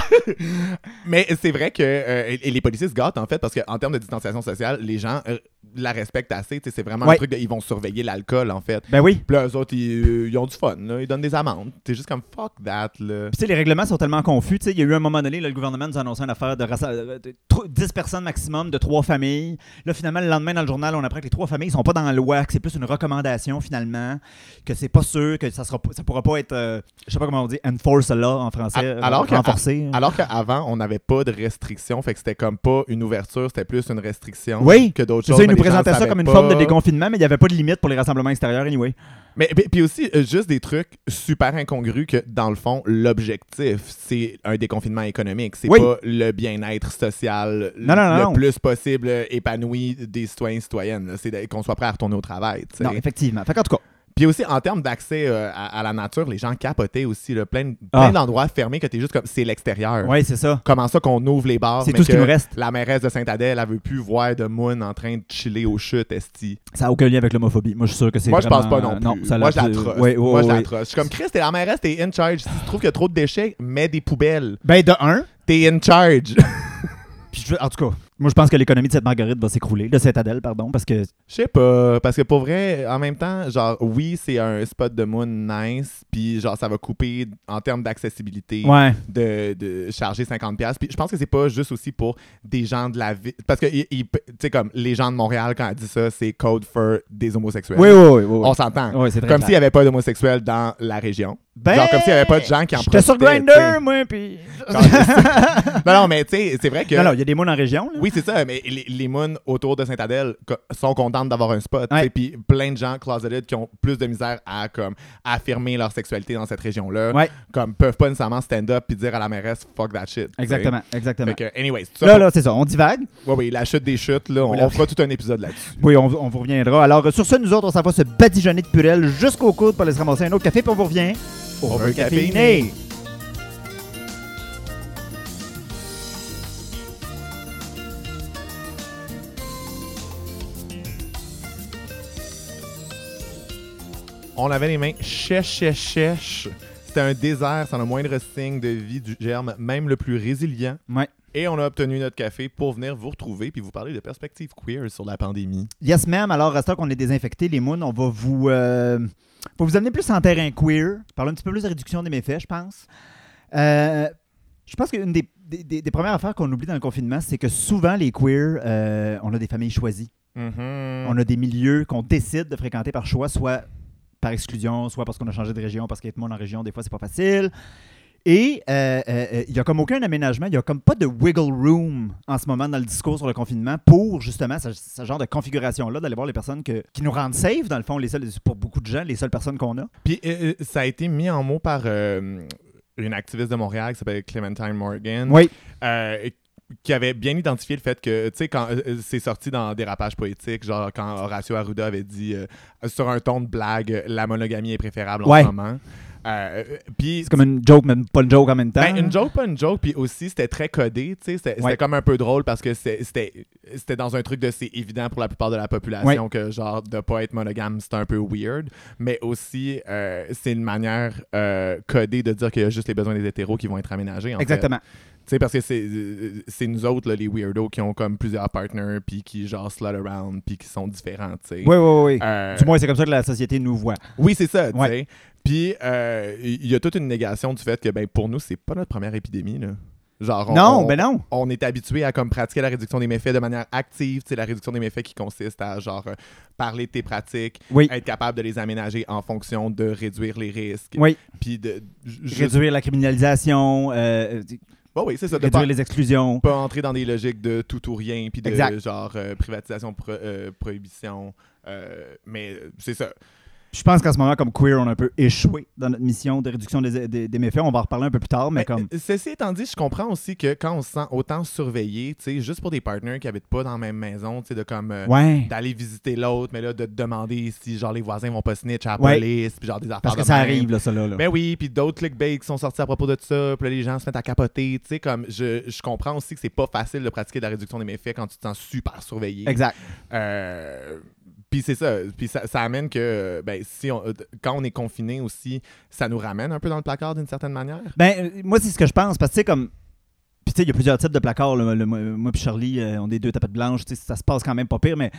Speaker 7: Mais c'est vrai que euh, et- et les policiers se gâtent, en fait, parce qu'en termes de distanciation sociale, les gens euh, la respectent assez. Tu sais, C'est vraiment
Speaker 6: Ouais.
Speaker 7: un truc de- ils vont surveiller l'alcool, en fait.
Speaker 6: Ben oui.
Speaker 7: Puis là, eux autres, ils, ils ont du fun. là. Ils donnent des amendes. T'es juste comme fuck that. Là.
Speaker 6: Puis, tu sais, les règlements sont tellement confus. Tu sais, il y a eu un moment donné, là, le gouvernement nous a annoncé une affaire de, rassemblement- de tro- 10 personnes maximum, de trois familles. Là, finalement, le lendemain, dans le journal, on apprend que les trois familles ne sont pas dans la loi, que c'est plus une recommandation, finalement, que c'est pas sûr, que ça sera pas- ça pourra pas être, euh, je sais pas comment on dit, enforced là en français, hein.
Speaker 7: A- alors que-
Speaker 6: renforcé.
Speaker 7: Alors qu'avant, on n'avait pas de restrictions. Fait que c'était comme pas une ouverture, c'était plus une restriction
Speaker 6: Oui,
Speaker 7: que d'autres
Speaker 6: C'est
Speaker 7: choses.
Speaker 6: ça, ils
Speaker 7: mais
Speaker 6: nous
Speaker 7: les gens
Speaker 6: présentaient
Speaker 7: le
Speaker 6: ça comme une
Speaker 7: savaient
Speaker 6: forme de
Speaker 7: pas.
Speaker 6: déconfinement, mais il n'y avait pas de limite pour les rassemblements extérieurs, anyway.
Speaker 7: Mais puis- puis aussi, euh, juste des trucs super incongrus que, dans le fond, l'objectif, c'est un déconfinement économique. C'est
Speaker 6: Oui.
Speaker 7: pas le bien-être social l-
Speaker 6: Non, non, non,
Speaker 7: le
Speaker 6: non.
Speaker 7: plus possible euh, épanoui des citoyens et citoyennes. là. C'est de- qu'on soit prêt à retourner au travail. tu sais.
Speaker 6: Non, effectivement. Fait qu'en tout cas,
Speaker 7: Puis aussi, en termes d'accès euh, à, à la nature, les gens capotaient aussi. Là, plein
Speaker 6: Ah.
Speaker 7: plein d'endroits fermés que t'es juste comme, c'est l'extérieur.
Speaker 6: ouais, c'est ça.
Speaker 7: Comment ça qu'on ouvre les bars,
Speaker 6: C'est
Speaker 7: mais
Speaker 6: tout ce qui
Speaker 7: que
Speaker 6: nous reste.
Speaker 7: la mairesse de Saint-Adèle, elle veut plus voir de moon en train de chiller aux chutes, esti.
Speaker 6: Ça n'a aucun lien avec l'homophobie. Moi, je suis sûr que c'est.
Speaker 7: Moi, je pense pas
Speaker 6: vraiment-
Speaker 7: non plus.
Speaker 6: Non, ça
Speaker 7: Moi,
Speaker 6: l'a-
Speaker 7: je la trosse.
Speaker 6: Ouais, ouais,
Speaker 7: Moi, je la
Speaker 6: ouais.
Speaker 7: trosse. Je suis comme, Chris, t'es la mairesse, t'es in charge. Si tu trouves qu'il y a trop de déchets, mets des poubelles.
Speaker 6: Ben, de un,
Speaker 7: T'es in charge.
Speaker 6: Puis je veux- en tout cas, moi je pense que l'économie de cette marguerite va s'écrouler, de cette Adèle, pardon, parce que
Speaker 7: Je sais pas, parce que pour vrai, en même temps, genre, oui, c'est un spot de moon nice, puis genre, ça va couper en termes d'accessibilité.
Speaker 6: ouais,
Speaker 7: de, de charger 50 pièces puis je pense que c'est pas juste aussi pour des gens de la ville parce que il- il- tu sais comme les gens de Montréal quand elle dit ça c'est code for des homosexuels
Speaker 6: Ben, oui, oui, oui, oui, oui.
Speaker 7: on s'entend
Speaker 6: Ouais, c'est très
Speaker 7: comme
Speaker 6: clair.
Speaker 7: s'il y avait pas d'homosexuels dans la région
Speaker 6: Ben,
Speaker 7: genre comme s'il y avait pas de gens qui en
Speaker 6: J'étais sur
Speaker 7: profitaient,
Speaker 6: Grinder, moi, puis.
Speaker 7: tu sais. non non mais tu sais c'est vrai que
Speaker 6: Non, non, il y a des mounes en région. Là.
Speaker 7: oui, c'est ça, mais les, les moons autour de Saint-Adèle co- sont contentes d'avoir un spot.
Speaker 6: Ouais.
Speaker 7: Et puis plein de gens closeted qui ont plus de misère à comme affirmer leur sexualité dans cette région-là,
Speaker 6: Ouais.
Speaker 7: comme peuvent pas nécessairement stand up puis dire à la mairesse fuck that shit. tu sais.
Speaker 6: Exactement, exactement.
Speaker 7: Fait que, anyways, ça
Speaker 6: Là,
Speaker 7: pour-
Speaker 6: là, c'est ça, on divague.
Speaker 7: Ouais, oui, la chute des chutes, là, on,
Speaker 6: Voilà.
Speaker 7: on fera tout un épisode là-dessus.
Speaker 6: Oui, on, on vous reviendra. Alors, euh, sur ce, nous autres, on s'en va se badigeonner de purelle jusqu'au coude pour aller se ramasser un autre café, puis on vous revient.
Speaker 7: On veut
Speaker 6: caféiné.
Speaker 7: On avait les mains chèche, chèche, chèche. C'était un désert sans le moindre signe de vie du germe, même le plus résilient.
Speaker 6: Ouais.
Speaker 7: Et on a obtenu notre café pour venir vous retrouver puis vous parler de perspectives queer sur la pandémie.
Speaker 6: Yes, ma'am. Alors, à ce temps qu'on est désinfecté, les moons, on va vous, euh, va vous amener plus en terrain queer. Parler un petit peu plus de réduction des méfaits, je pense. Euh, je pense qu'une des, des- des- des premières affaires qu'on oublie dans le confinement, c'est que souvent, les queers, euh, on a des familles choisies. On a des milieux qu'on décide de fréquenter par choix, soit par exclusion, soit parce qu'on a changé de région, parce qu'être monde en région, des fois, c'est pas facile. Et euh, euh, euh, il n'y a comme aucun aménagement, il n'y a comme pas de wiggle room en ce moment dans le discours sur le confinement pour justement ce, ce genre de configuration-là, d'aller voir les personnes que- qui nous rendent safe, dans le fond, les seules, pour beaucoup de gens, les seules personnes qu'on a.
Speaker 7: Puis euh, euh, ça a été mis en mots par euh, une activiste de Montréal qui s'appelle Clementine Morgan.
Speaker 6: Oui.
Speaker 7: euh, qui avait bien identifié le fait que, tu sais, quand euh, euh, c'est sorti dans Dérapage poétique, genre quand Horacio Arruda avait dit euh, sur un ton de blague, euh, la monogamie est préférable
Speaker 6: Ouais.
Speaker 7: en ce moment. Euh, Puis.
Speaker 6: C'est comme une joke, mais pas une joke en même temps.
Speaker 7: Ben, une joke, pas une joke, puis aussi c'était très codé, tu sais, c'était c'était
Speaker 6: Ouais.
Speaker 7: comme un peu drôle parce que c'est- c'était c'était dans un truc de c'est évident pour la plupart de la population que genre de pas être monogame c'est un peu weird, mais aussi euh, c'est une manière euh, codée de dire qu'il y a juste les besoins des hétéros qui vont être aménagés. En fait.
Speaker 6: Exactement.
Speaker 7: Tu sais, parce que c'est, euh, c'est nous autres, là, les weirdos, qui ont comme plusieurs partners, puis qui genre slut around, puis qui sont différents, tu sais.
Speaker 6: Oui, oui, oui.
Speaker 7: Euh,
Speaker 6: Du moins, c'est comme ça que la société nous voit.
Speaker 7: oui, c'est ça, tu sais.
Speaker 6: Ouais.
Speaker 7: Puis euh, il y a toute une négation du fait que, ben, pour nous, c'est pas notre première épidémie, là. Genre, on,
Speaker 6: non,
Speaker 7: on-
Speaker 6: ben non.
Speaker 7: on est habitué à comme pratiquer la réduction des méfaits de manière active, tu sais, la réduction des méfaits qui consiste à genre euh, parler de tes pratiques,
Speaker 6: Oui.
Speaker 7: être capable de les aménager en fonction de réduire les risques,
Speaker 6: Oui.
Speaker 7: puis de j- juste-
Speaker 6: Réduire la criminalisation, euh,
Speaker 7: Ouais, oui, c'est ça, de
Speaker 6: réduire
Speaker 7: pas-
Speaker 6: les exclusions.
Speaker 7: pas entrer dans des logiques de tout ou rien, puis de
Speaker 6: Exact.
Speaker 7: genre euh, privatisation, pro- euh, prohibition. euh, mais euh, c'est ça.
Speaker 6: Je pense qu'en ce moment, comme queer, on a un peu échoué dans notre mission de réduction des, des- des méfaits. On va en reparler un peu plus tard, mais comme.
Speaker 7: euh, Ceci étant dit, je comprends aussi que quand on se sent autant surveillé, tu sais, juste pour des partenaires qui habitent pas dans la même maison, tu sais, de comme. euh,
Speaker 6: Ouais.
Speaker 7: d'aller visiter l'autre, mais là, de te demander si, genre, les voisins vont pas snitch à la
Speaker 6: Ouais.
Speaker 7: police, puis genre, des affaires
Speaker 6: Parce que
Speaker 7: de
Speaker 6: ça
Speaker 7: même.
Speaker 6: arrive, là, ça, là. là.
Speaker 7: Mais oui, puis d'autres clickbait qui sont sortis à propos de ça, puis là, les gens se mettent à capoter, tu sais, comme, je, je comprends aussi que c'est pas facile de pratiquer de la réduction des méfaits quand tu te sens super surveillé.
Speaker 6: Exact.
Speaker 7: Euh, puis c'est ça. Puis ça, ça amène que, euh, ben, si on, euh, quand on est confiné aussi, ça nous ramène un peu dans le placard d'une certaine manière.
Speaker 6: Ben, euh, moi, c'est ce que je pense, parce que, tu sais, comme. Puis, tu sais, il y a plusieurs types de placards. là. Le- moi, puis Charlie, euh, on est deux tapettes blanches. Tu sais, ça se passe quand même pas pire, mais.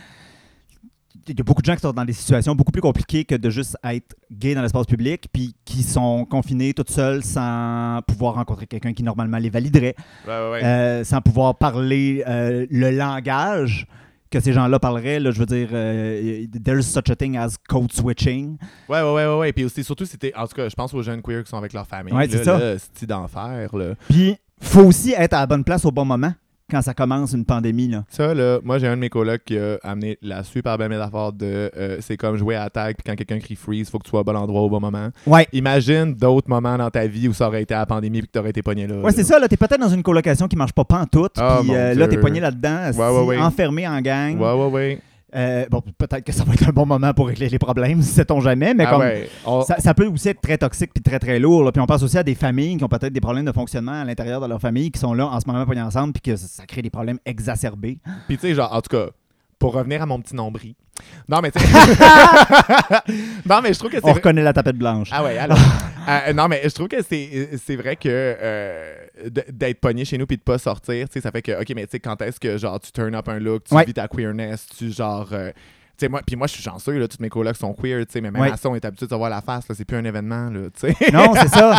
Speaker 6: il y a beaucoup de gens qui sont dans des situations beaucoup plus compliquées que de juste être gay dans l'espace public, puis qui sont confinés toutes seules sans pouvoir rencontrer quelqu'un qui normalement les validerait,
Speaker 7: Ouais, ouais, ouais.
Speaker 6: euh, sans pouvoir parler euh, le langage que ces gens-là parleraient. là. je veux dire, euh, there's such a thing as code switching.
Speaker 7: Ouais, ouais, ouais, ouais, ouais. Puis aussi, surtout, c'était. En tout cas, je pense aux jeunes queer qui sont avec leur famille.
Speaker 6: Ouais, c'est
Speaker 7: là,
Speaker 6: ça.
Speaker 7: là, C'est d'enfer, là.
Speaker 6: Puis, faut aussi être à la bonne place au bon moment quand ça commence une pandémie. Là.
Speaker 7: Ça, là, moi, j'ai un de mes colocs qui a amené la super belle métaphore de euh, c'est comme jouer à tag, puis quand quelqu'un crie freeze, faut que tu sois au bon endroit au bon moment.
Speaker 6: Ouais.
Speaker 7: Imagine d'autres moments dans ta vie où ça aurait été la pandémie puis que t'aurais été pogné là.
Speaker 6: Ouais, c'est ça, là, t'es peut-être dans une colocation qui marche pas pantoute,
Speaker 7: Ah,
Speaker 6: puis
Speaker 7: mon
Speaker 6: euh,
Speaker 7: Dieu.
Speaker 6: là, t'es poigné là-dedans, assis,
Speaker 7: ouais, ouais.
Speaker 6: enfermé en gang.
Speaker 7: Ouais, ouais, ouais.
Speaker 6: Euh, bon, peut-être que ça va être un bon moment pour régler les problèmes, sait-on jamais, mais
Speaker 7: Ah
Speaker 6: comme
Speaker 7: ouais. On-
Speaker 6: ça, ça peut aussi être très toxique puis très très lourd. là. Puis on pense aussi à des familles qui ont peut-être des problèmes de fonctionnement à l'intérieur de leur famille qui sont là en ce moment poignées ensemble puis que ça, ça crée des problèmes exacerbés.
Speaker 7: Puis tu sais, genre, en tout cas, pour revenir à mon petit nombril. Non, mais tu sais- Non, mais je trouve que
Speaker 6: On
Speaker 7: c'est.
Speaker 6: reconnaît la tapette blanche.
Speaker 7: Ah ouais, alors. Euh, non, mais je trouve que c'est c'est vrai que euh, d- d'être pogné chez nous puis de pas sortir, tu sais, ça fait que, OK, mais tu sais, quand est-ce que, genre, tu turn up un look, tu
Speaker 6: Ouais.
Speaker 7: vis ta queerness, tu, genre. euh, tu sais, moi, puis moi, je suis chanceux, là, toutes mes colocs sont queer, tu sais, mais même
Speaker 6: Ouais.
Speaker 7: à ça, on est habitué de se voir la face, là, c'est plus un événement, là, tu sais.
Speaker 6: Non, c'est ça.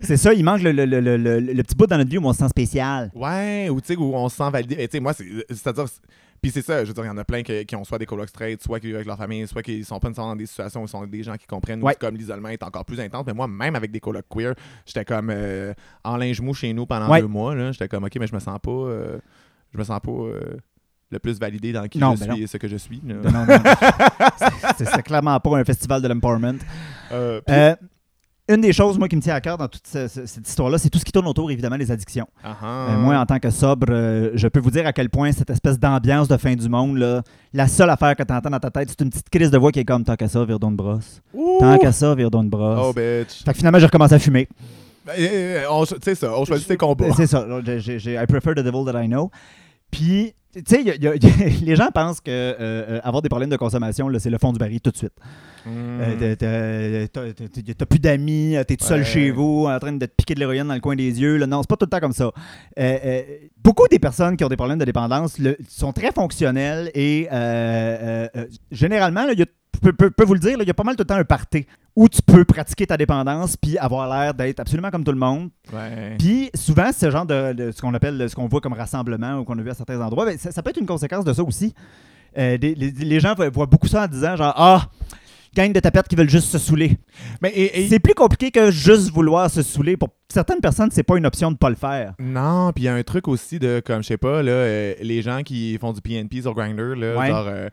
Speaker 6: C'est ça, il manque le, le- le- le- le- le petit bout dans notre vie où on se sent spécial.
Speaker 7: Ouais, ou tu sais, où on se sent validé. Mais tu sais, moi, c'est- c'est-à-dire. c'est- Puis c'est ça, je veux dire, il y en a plein que- qui ont soit des colocs straight, soit qui vivent avec leur famille, soit qui sont pas nécessairement dans des situations où ils sont des gens qui comprennent, ou
Speaker 6: Ouais.
Speaker 7: comme l'isolement est encore plus intense. Mais moi, même avec des colocs queer, j'étais comme euh, en linge mou chez nous pendant
Speaker 6: Ouais.
Speaker 7: deux mois. là. J'étais comme, OK, mais je me sens pas. euh, je me sens pas. euh, le plus validé dans qui
Speaker 6: Non,
Speaker 7: je
Speaker 6: ben
Speaker 7: suis et ce que je suis. là.
Speaker 6: Non, non, non. C'est- c'est clairement pas un festival de l'empowerment.
Speaker 7: Euh, puis-
Speaker 6: Euh, une des choses, moi, qui me tient à cœur dans toute ce- ce- cette histoire-là, c'est tout ce qui tourne autour, évidemment, des addictions.
Speaker 7: Ah,
Speaker 6: Euh,
Speaker 7: ah.
Speaker 6: moi, en tant que sobre, euh, je peux vous dire à quel point cette espèce d'ambiance de fin du monde, là, la seule affaire que tu entends dans ta tête, c'est une petite crise de voix qui est comme Tant qu'à ça, vire donc de brosse.
Speaker 7: Ouh!
Speaker 6: Tant qu'à ça, vire donc de brosse.
Speaker 7: Oh, bitch.
Speaker 6: Fait que finalement, j'ai recommencé à fumer.
Speaker 7: Ben, euh, on- Tu sais ça, on choisit ses combats.
Speaker 6: C'est ça. J'ai- j'ai- j'ai- I prefer the devil that I know. Puis, tu sais, il y a- il y a- il y a- les gens pensent que euh, euh, avoir des problèmes de consommation, là, c'est le fond du baril tout de suite.
Speaker 7: Mm.
Speaker 6: Euh, t'as- t'as- t'as- t'as- T'as plus d'amis, euh, t'es tout seul
Speaker 7: Ouais.
Speaker 6: chez vous, en train de te piquer de l'héroïne dans le coin des yeux. là. Non, c'est pas tout le temps comme ça. Euh, euh, beaucoup des personnes qui ont des problèmes de dépendance le- sont très fonctionnelles et euh, euh, euh, généralement, là, il y a- je peux, peux- peux vous le dire, là, il y a pas mal tout le temps un party où tu peux pratiquer ta dépendance puis avoir l'air d'être absolument comme tout le monde.
Speaker 7: Ouais.
Speaker 6: Puis souvent, ce genre de, de- ce qu'on appelle, ce qu'on voit comme rassemblement ou qu'on a vu à certains endroits, ben, ça, ça peut être une conséquence de ça aussi. Euh, des- les, les gens voient- voient beaucoup ça en disant genre ah gang de tapettes qui veulent juste se saouler.
Speaker 7: Mais, et- et-
Speaker 6: C'est plus compliqué que juste vouloir se saouler. Pour certaines personnes, c'est pas une option de pas le faire.
Speaker 7: Non, puis il y a un truc aussi de, comme je sais pas, là, euh, les gens qui font du PNP sur Grindr, là,
Speaker 6: Ouais.
Speaker 7: genre euh,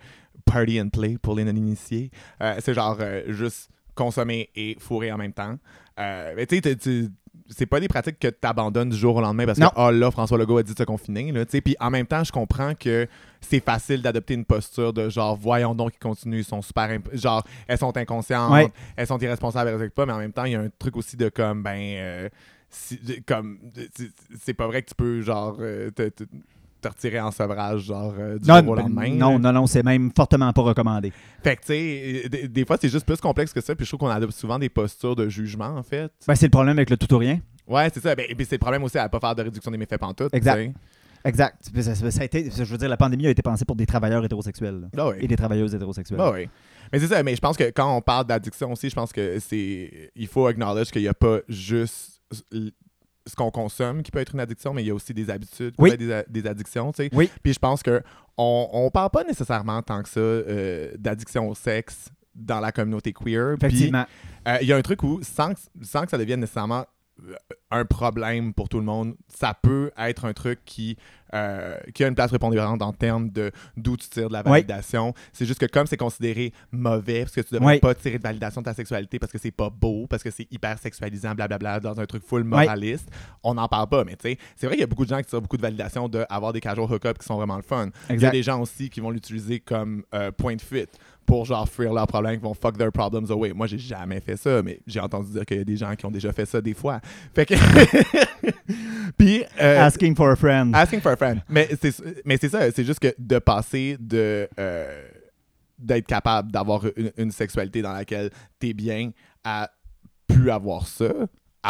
Speaker 7: party and play pour les non-initiés, euh, c'est genre euh, juste consommer et fourrer en même temps. Euh, mais tu sais, tu- tu- c'est pas des pratiques que tu abandonnes du jour au lendemain parce
Speaker 6: Non.
Speaker 7: que, oh là, François Legault a dit de se confiner, là, tu sais. Puis en même temps, je comprends que c'est facile d'adopter une posture de genre, voyons donc, ils continuent, ils sont super, imp- genre, elles sont inconscientes,
Speaker 6: Ouais.
Speaker 7: elles sont irresponsables, elles respectent pas, mais en même temps, il y a un truc aussi de comme, ben. euh, si- de- comme de- c'est- c'est pas vrai que tu peux genre euh, te, te- te retirer en sevrage genre euh, du jour au
Speaker 6: ben,
Speaker 7: lendemain.
Speaker 6: non,
Speaker 7: là.
Speaker 6: non, non, c'est même fortement pas recommandé.
Speaker 7: Fait que tu sais, euh, des, des fois c'est juste plus complexe que ça, puis je trouve qu'on adopte souvent des postures de jugement en fait.
Speaker 6: Ben, c'est le problème avec le tout ou rien.
Speaker 7: Ouais, c'est ça. Ben, et puis c'est le problème aussi à pas faire de réduction des méfaits pantoute.
Speaker 6: Exact.
Speaker 7: tu sais.
Speaker 6: Exact. Ça, ça- ça a été, je veux dire, la pandémie a été pensée pour des travailleurs hétérosexuels là,
Speaker 7: Ah ouais.
Speaker 6: et des travailleuses hétérosexuelles.
Speaker 7: Ah ouais. Mais c'est ça, mais je pense que quand on parle d'addiction aussi, je pense que c'est. Il faut acknowledge qu'il n'y a pas juste l- ce qu'on consomme qui peut être une addiction, mais il y a aussi des habitudes, qui
Speaker 6: Oui.
Speaker 7: peuvent être des, a- des addictions, tu sais.
Speaker 6: Oui.
Speaker 7: Puis je pense que on, on parle pas nécessairement tant que ça euh, d'addiction au sexe dans la communauté queer. Puis,
Speaker 6: Effectivement.
Speaker 7: euh, Il y a un truc où, sans que, sans que ça devienne nécessairement euh, un problème pour tout le monde, ça peut être un truc qui, euh, qui a une place prépondérante en termes de d'où tu tires de la
Speaker 6: Ouais.
Speaker 7: validation. C'est juste que comme c'est considéré mauvais, parce que tu ne devrais
Speaker 6: Ouais.
Speaker 7: pas tirer de validation de ta sexualité parce que c'est pas beau, parce que c'est hyper sexualisant, blablabla, dans un truc full moraliste, on n'en parle pas. Mais tu sais, c'est vrai qu'il y a beaucoup de gens qui tirent beaucoup de validation d'avoir des casual hook-up qui sont vraiment le fun. Il y a
Speaker 6: Exact.
Speaker 7: des gens aussi qui vont l'utiliser comme euh, point de fuite pour genre fuir leurs problèmes, qui vont fuck their problems away. Moi, j'ai jamais fait ça, mais j'ai entendu dire qu'il y a des gens qui ont déjà fait ça des fois. Fait que. Puis. euh,
Speaker 6: Asking for a friend.
Speaker 7: asking for a friend. Mais c'est mais c'est ça, c'est juste que de passer de. euh, d'être capable d'avoir une, une sexualité dans laquelle t'es bien à plus avoir ça.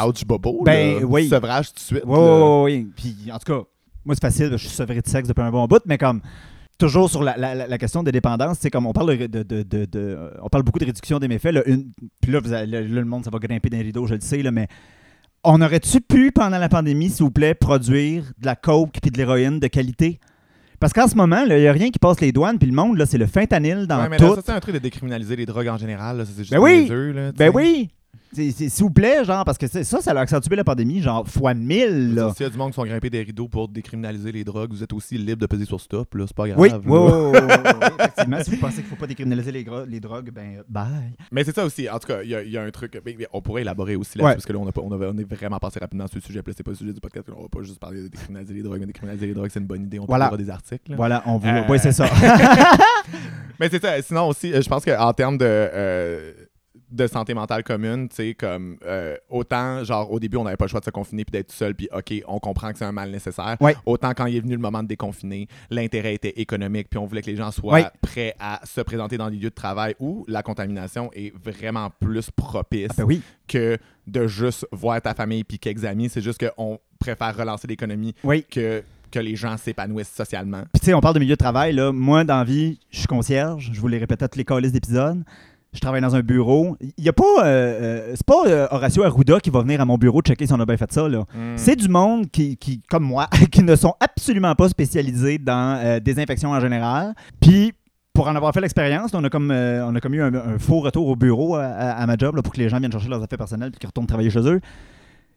Speaker 7: Ouch, bobo.
Speaker 6: Ben,
Speaker 7: là.
Speaker 6: oui.
Speaker 7: Sevrage tout de suite.
Speaker 6: Oui,
Speaker 7: là.
Speaker 6: oui, oui. Puis, en tout cas, moi, c'est facile. Je suis sevré de sexe depuis un bon bout, mais comme. toujours sur la, la- la- la question des dépendances, c'est comme on parle de, de- de- de- de- on parle beaucoup de réduction des méfaits. là, une- puis là, vous allez- là, le monde, ça va grimper dans les rideaux, je le sais, là, mais on aurait-tu pu, pendant la pandémie, s'il vous plaît, produire de la coke puis de l'héroïne de qualité? Parce qu'en ce moment, il n'y a rien qui passe les douanes, puis le monde, là, c'est le fentanyl dans
Speaker 7: Ouais, mais là,
Speaker 6: tout.
Speaker 7: ça, c'est un truc de décriminaliser les drogues en général. là. Ça, c'est juste
Speaker 6: Ben oui!
Speaker 7: niaiseux, là, tu
Speaker 6: ben
Speaker 7: sais.
Speaker 6: oui! C'est- c'est- S'il vous plaît, genre, parce que c'est- ça, ça a accentué la pandémie, genre, fois mille, là.
Speaker 7: S'il y a du monde qui sont grimpés des rideaux pour décriminaliser les drogues, vous êtes aussi libre de peser sur stop, là, c'est pas grave.
Speaker 6: Oui,
Speaker 7: là.
Speaker 6: oui, oui, oui, oui, oui, effectivement. Si vous pensez qu'il ne faut pas décriminaliser les, gro- les drogues, ben, euh, bye.
Speaker 7: Mais c'est ça aussi. En tout cas, il y, a- il y a un truc. mais- mais On pourrait élaborer aussi là-dessus,
Speaker 6: Ouais.
Speaker 7: parce que là, on, a pas- on, avait- on est vraiment passé rapidement sur le sujet. puis là, C'est pas le sujet du podcast. On va pas juste parler de décriminaliser les drogues, mais décriminaliser les drogues, c'est une bonne idée. On
Speaker 6: Voilà.
Speaker 7: parlera des articles. là.
Speaker 6: Voilà, on vous.
Speaker 7: Euh,
Speaker 6: Oui, c'est ça.
Speaker 7: Mais c'est ça. Sinon aussi, euh, je pense qu'en termes de, euh, de santé mentale commune, tu sais, comme euh, autant, genre, au début, on n'avait pas le choix de se confiner puis d'être tout seul, puis OK, on comprend que c'est un mal nécessaire.
Speaker 6: Ouais.
Speaker 7: Autant quand il est venu le moment de déconfiner, l'intérêt était économique, puis on voulait que les gens soient
Speaker 6: Ouais.
Speaker 7: prêts à se présenter dans des lieux de travail où la contamination est vraiment plus propice
Speaker 6: Ah, ben oui.
Speaker 7: que de juste voir ta famille puis quelques amis. C'est juste qu'on préfère relancer l'économie
Speaker 6: Oui.
Speaker 7: que, que les gens s'épanouissent socialement.
Speaker 6: Puis, tu sais, on parle de milieu de travail. Là. Moi, dans la vie, je suis concierge. Je vous l'ai répété à tous les calices d'épisodes. Je travaille dans un bureau. Il n'y a pas. euh, euh, c'est pas euh, Horacio Arruda qui va venir à mon bureau checker si on a bien fait ça. Là.
Speaker 7: Hmm.
Speaker 6: C'est du monde qui, qui, comme moi, qui ne sont absolument pas spécialisés dans euh, des infections en général. Puis, pour en avoir fait l'expérience, on, a comme, euh, on a comme eu un, un faux retour au bureau à, à- à ma job là, pour que les gens viennent chercher leurs affaires personnelles puis qu'ils retournent travailler chez eux.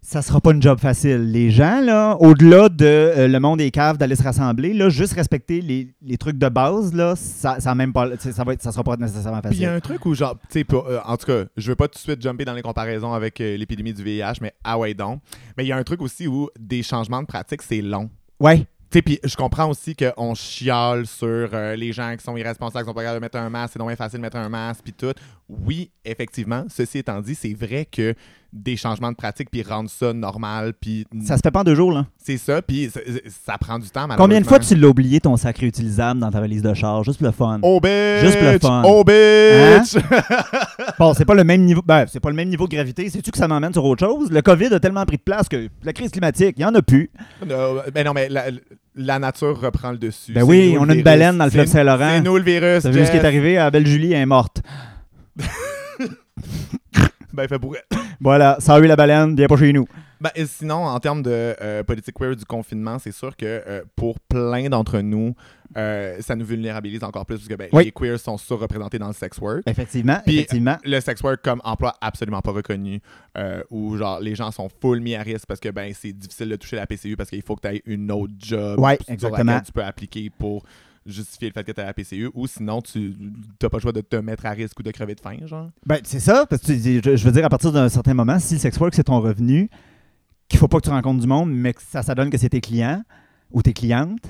Speaker 6: Ça sera pas une job facile. Les gens, là, au-delà de euh, le monde des caves, d'aller se rassembler, là, juste respecter les, les trucs de base, là, ça, ça, a même pas, tu sais, ça, va être- ça sera pas nécessairement
Speaker 7: Puis il y a
Speaker 6: facile.
Speaker 7: un truc où, genre, tu sais, pour- euh, en tout cas, je veux pas tout de suite jumper dans les comparaisons avec euh, l'épidémie du VIH, mais ah ouais donc. Mais il y a un truc aussi où des changements de pratique, c'est long.
Speaker 6: Ouais.
Speaker 7: Tu sais, puis je comprends aussi qu'on chiale sur euh, les gens qui sont irresponsables, qui sont pas capables de mettre un masque, c'est donc bien facile de mettre un masque, puis tout. Oui, effectivement, ceci étant dit, c'est vrai que des changements de pratique, puis rendre ça normal, puis
Speaker 6: Ça se fait pas en deux jours, là.
Speaker 7: c'est ça, puis ça, ça prend du temps, malheureusement.
Speaker 6: Combien de fois tu l'as oublié ton sac réutilisable dans ta valise de charge, juste pour le fun?
Speaker 7: Oh bitch!
Speaker 6: Juste pour le fun. Hein?
Speaker 7: Oh bitch!
Speaker 6: Bon, c'est pas le même niveau. Ben, c'est pas le même niveau de gravité. Sais-tu que ça m'emmène sur autre chose? Le COVID a tellement pris de place que la crise climatique, il y en a plus.
Speaker 7: Non, ben non, mais la, la nature reprend le dessus.
Speaker 6: Ben
Speaker 7: C'est
Speaker 6: oui,
Speaker 7: nous, le
Speaker 6: on a une
Speaker 7: virus.
Speaker 6: baleine dans le
Speaker 7: C'est-
Speaker 6: fleuve Saint-Laurent.
Speaker 7: C'est nous le virus.
Speaker 6: T'as vu ce qui est
Speaker 7: Jeff.
Speaker 6: arrivé à Belle Julie, elle est morte.
Speaker 7: Ben, fait bourrer.
Speaker 6: Voilà, ça a eu la baleine, viens pas chez nous.
Speaker 7: Ben, et sinon, en termes de euh, politique queer du confinement, c'est sûr que euh, pour plein d'entre nous, euh, ça nous vulnérabilise encore plus parce que ben,
Speaker 6: Oui.
Speaker 7: les queers sont surreprésentés dans le sex work.
Speaker 6: Effectivement,
Speaker 7: Puis,
Speaker 6: effectivement.
Speaker 7: Le sex work comme emploi absolument pas reconnu, euh, où genre les gens sont full mis à risque parce que ben c'est difficile de toucher la PCU parce qu'il faut que tu aies une autre job
Speaker 6: Ouais,
Speaker 7: sur
Speaker 6: exactement.
Speaker 7: laquelle tu peux appliquer pour justifier le fait que tu as la PCU ou sinon tu t'as pas le choix de te mettre à risque ou de crever de faim, genre.
Speaker 6: Ben, c'est ça, parce que tu dis- je je veux dire, à partir d'un certain moment, si le sex work c'est ton revenu, qu'il faut pas que tu rencontres du monde, mais que ça, ça donne que c'est tes clients ou tes clientes,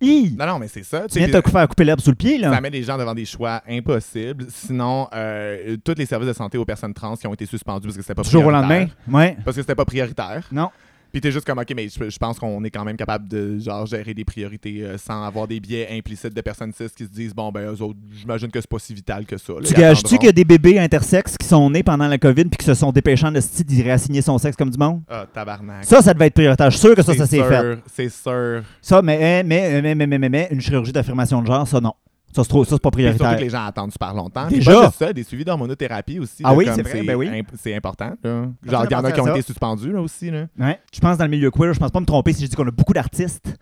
Speaker 6: hi!
Speaker 7: Non, non, mais c'est ça.
Speaker 6: Tu
Speaker 7: sais,
Speaker 6: viens de te hein. faire couper l'herbe sous le pied, là.
Speaker 7: Ça met les gens devant des choix impossibles. Sinon, euh, tous les services de santé aux personnes trans qui ont été suspendus parce que c'était pas
Speaker 6: Toujours au
Speaker 7: prioritaire.
Speaker 6: lendemain. Ouais.
Speaker 7: Parce que c'était pas prioritaire.
Speaker 6: Non.
Speaker 7: Puis t'es juste comme, OK, mais je, je pense qu'on est quand même capable de genre gérer des priorités euh, sans avoir des biais implicites de personnes cis qui se disent, bon, ben, eux autres, j'imagine que c'est pas si vital que ça. là.
Speaker 6: Tu
Speaker 7: Ils
Speaker 6: gages-tu
Speaker 7: attendront.
Speaker 6: qu'il y a des bébés intersexes qui sont nés pendant la COVID puis qui se sont dépêchés en esti d'y réassigner son sexe comme du monde?
Speaker 7: Ah, tabarnak.
Speaker 6: Ça, ça devait être prioritaire. Je suis sûr que ça, ça s'est
Speaker 7: sûr,
Speaker 6: fait.
Speaker 7: C'est sûr.
Speaker 6: Ça, mais, hein, mais, mais, mais, mais, mais, mais, une chirurgie d'affirmation de genre, ça, non. Ça, c'est trop, ça, c'est pas
Speaker 7: Puis surtout
Speaker 6: prioritaire.
Speaker 7: que les gens attendent super longtemps.
Speaker 6: Déjà?
Speaker 7: Déjà. Pas juste ça, des suivis d'hormonothérapie aussi.
Speaker 6: Ah
Speaker 7: là,
Speaker 6: oui,
Speaker 7: comme
Speaker 6: c'est vrai, ben oui.
Speaker 7: imp- C'est important. là.
Speaker 6: Personne
Speaker 7: Genre, il y en
Speaker 6: n'a
Speaker 7: a qui ont
Speaker 6: pensé à
Speaker 7: été
Speaker 6: ça.
Speaker 7: suspendus là, aussi. Là.
Speaker 6: Ouais. Je pense dans le milieu queer, je pense pas me tromper si je dis qu'on a beaucoup d'artistes.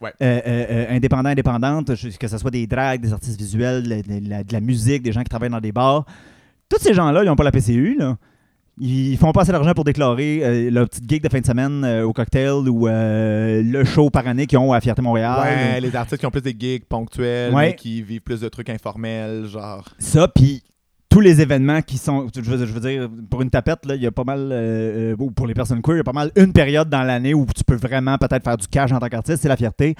Speaker 7: Ouais.
Speaker 6: Euh, euh, euh, indépendants, indépendantes, je- que ce soit des drags, des artistes visuels, de, de- la- de la musique, des gens qui travaillent dans des bars. Tous ces gens-là, ils n'ont pas la PCU. Là. Ils font pas assez d'argent pour déclarer euh, leur petite gig de fin de semaine euh, au cocktail ou euh, le show par année qu'ils ont à Fierté Montréal.
Speaker 7: ouais, les artistes qui ont plus des gigs ponctuels,
Speaker 6: Ah Ouais.
Speaker 7: mais qui vivent plus de trucs informels, genre.
Speaker 6: Ça, puis tous les événements qui sont. Je veux, je veux dire, pour une tapette, là, il y a pas mal. euh, euh, ou pour les personnes queer, il y a pas mal une période dans l'année où tu peux vraiment peut-être faire du cash en tant qu'artiste, c'est la fierté.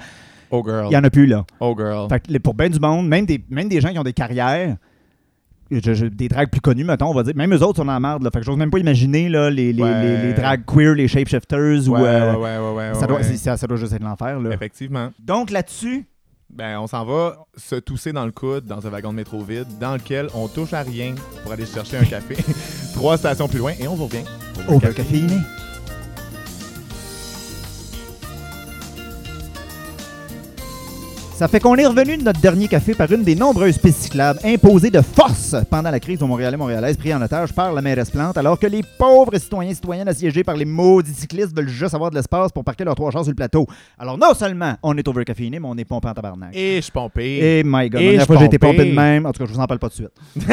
Speaker 7: Oh
Speaker 6: Il
Speaker 7: girl.
Speaker 6: n'y en a plus, là.
Speaker 7: Oh girl.
Speaker 6: Fait que les- pour bien du monde, même des, même des gens qui ont des carrières, je- je- des drags plus connus, mettons, on va dire, même eux autres sont en marde. Là. Fait que j'ose même pas imaginer là, les, les,
Speaker 7: Ouais.
Speaker 6: les, les drags queer, les shapeshifters. ou,
Speaker 7: Ouais,
Speaker 6: euh,
Speaker 7: ouais, ouais, ouais, ouais,
Speaker 6: ça, doit,
Speaker 7: ouais.
Speaker 6: c'est- ça, ça doit juste être l'enfer. là.
Speaker 7: Effectivement.
Speaker 6: Donc là-dessus,
Speaker 7: Ben, on s'en va se tousser dans le coude dans un wagon de métro vide dans lequel on touche à rien pour aller chercher un café trois stations plus loin et on vous revient.
Speaker 6: overcaféiné. Ça fait qu'on est revenu de notre dernier café par une des nombreuses pistes cyclables imposées de force pendant la crise aux Montréalais Montréalaises pris en otage par la mairesse Plante, alors que les pauvres citoyens et citoyennes assiégés par les maudits cyclistes veulent juste avoir de l'espace pour parquer leurs trois chars sur le plateau. Alors non seulement on est overcaféiné, mais on est pompé en tabarnak.
Speaker 7: Et je suis pompé.
Speaker 6: Et my god,
Speaker 7: Et
Speaker 6: la
Speaker 7: je
Speaker 6: dernière fois j'ai été
Speaker 7: pompé.
Speaker 6: pompé Euh, de même. En tout cas, je vous en parle pas tout de suite.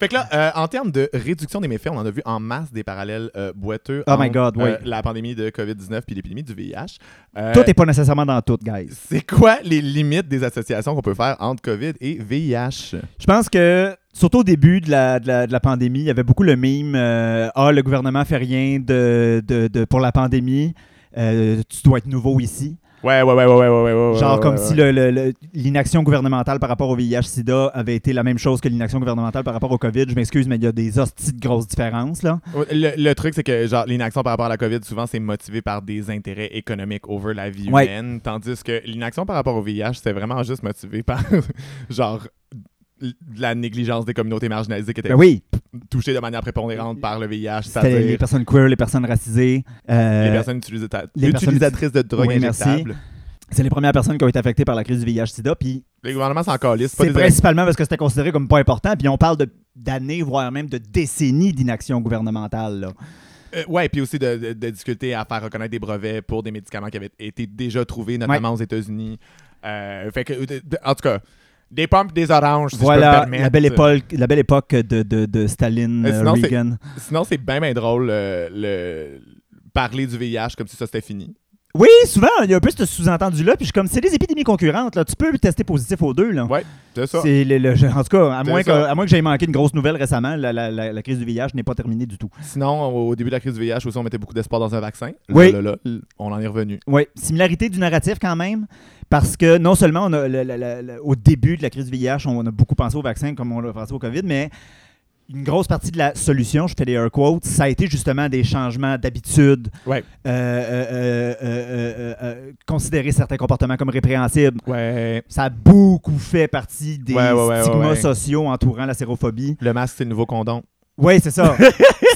Speaker 7: Fait que là, euh, en termes de réduction des méfaits, on en a vu en masse des parallèles euh, boiteux
Speaker 6: Oh my
Speaker 7: entre,
Speaker 6: God, oui.
Speaker 7: euh, la pandémie de COVID-19 puis l'épidémie du VIH. Euh,
Speaker 6: Tout est pas nécessairement dans tout, guys.
Speaker 7: C'est quoi les limites des associations qu'on peut faire entre COVID et VIH?
Speaker 6: Je pense que, surtout au début de la, de la, de la pandémie, il y avait beaucoup le mime euh, Ah, le gouvernement fait rien de, de- de- pour la pandémie, Euh, tu dois être nouveau ici.
Speaker 7: Ouais, ouais, ouais, ouais, ouais, ouais, ouais.
Speaker 6: Genre comme si le- le- le- l'inaction gouvernementale par rapport au VIH-Sida avait été la même chose que l'inaction gouvernementale par rapport au COVID. Je m'excuse, mais il y a des hosties de grosses différences, là.
Speaker 7: Le, le truc, c'est que genre l'inaction par rapport à la COVID, souvent, c'est motivé par des intérêts économiques over la vie
Speaker 6: Ouais.
Speaker 7: humaine, tandis que l'inaction par rapport au VIH, c'est vraiment juste motivé par, genre, l- de la négligence des communautés marginalisées qui étaient
Speaker 6: Ben oui,
Speaker 7: touchées de manière prépondérante par le VIH,
Speaker 6: c'était les
Speaker 7: c'est-à-dire
Speaker 6: personnes queer, les personnes racisées. euh,
Speaker 7: les personnes utilisata-
Speaker 6: les personnes
Speaker 7: utilisatrices de drogues
Speaker 6: Oui, merci.
Speaker 7: injectables.
Speaker 6: c'est les premières personnes qui ont été affectées par la crise du VIH-Sida. Puis
Speaker 7: Les gouvernements s'en calissent. pas
Speaker 6: C'est
Speaker 7: des-
Speaker 6: principalement parce que c'était considéré comme pas important, puis on parle de- d'années, voire même de décennies d'inaction gouvernementale. là.
Speaker 7: Euh, ouais, puis aussi de, de- de discuter à faire reconnaître des brevets pour des médicaments qui avaient été déjà trouvés, notamment aux États-Unis. Euh, fait que, de- de- en tout cas, des pompes, des oranges, si je peux me
Speaker 6: voilà
Speaker 7: permettre.
Speaker 6: la belle, époque, la belle époque de, de- de Staline,
Speaker 7: Euh,
Speaker 6: euh,
Speaker 7: sinon, c'est-
Speaker 6: Reagan.
Speaker 7: Sinon, c'est bien, bien drôle euh, le... parler du VIH comme si ça c'était fini.
Speaker 6: Oui, souvent, il y a un peu ce sous-entendu-là, puis je suis comme, c'est des épidémies concurrentes, là. tu peux tester positif aux deux. Là.
Speaker 7: Ouais, C'est ça.
Speaker 6: C'est le- le- en tout cas, à
Speaker 7: C'est
Speaker 6: moins, que,
Speaker 7: ça.
Speaker 6: à moins que j'aie manqué une grosse nouvelle récemment, la, la- la- la crise du VIH n'est pas terminée du tout.
Speaker 7: Sinon, au début de la crise du VIH aussi, on mettait beaucoup d'espoir dans un vaccin. Là,
Speaker 6: Oui.
Speaker 7: là, là, là, on en est revenu.
Speaker 6: Oui, similarité du narratif quand même, parce que non seulement on a le- le- le- le- au début de la crise du VIH, on a beaucoup pensé au vaccin comme on a pensé au COVID, mais une grosse partie de la solution, je fais des air quotes, ça a été justement des changements d'habitude,
Speaker 7: Ouais.
Speaker 6: euh, euh, euh, euh, euh, euh, considérer certains comportements comme répréhensibles.
Speaker 7: Ouais.
Speaker 6: Ça a beaucoup fait partie des
Speaker 7: Ouais, ouais, ouais,
Speaker 6: stigmas
Speaker 7: ouais, ouais.
Speaker 6: sociaux entourant la sérophobie.
Speaker 7: Le masque, c'est le nouveau condom.
Speaker 6: Oui, c'est ça.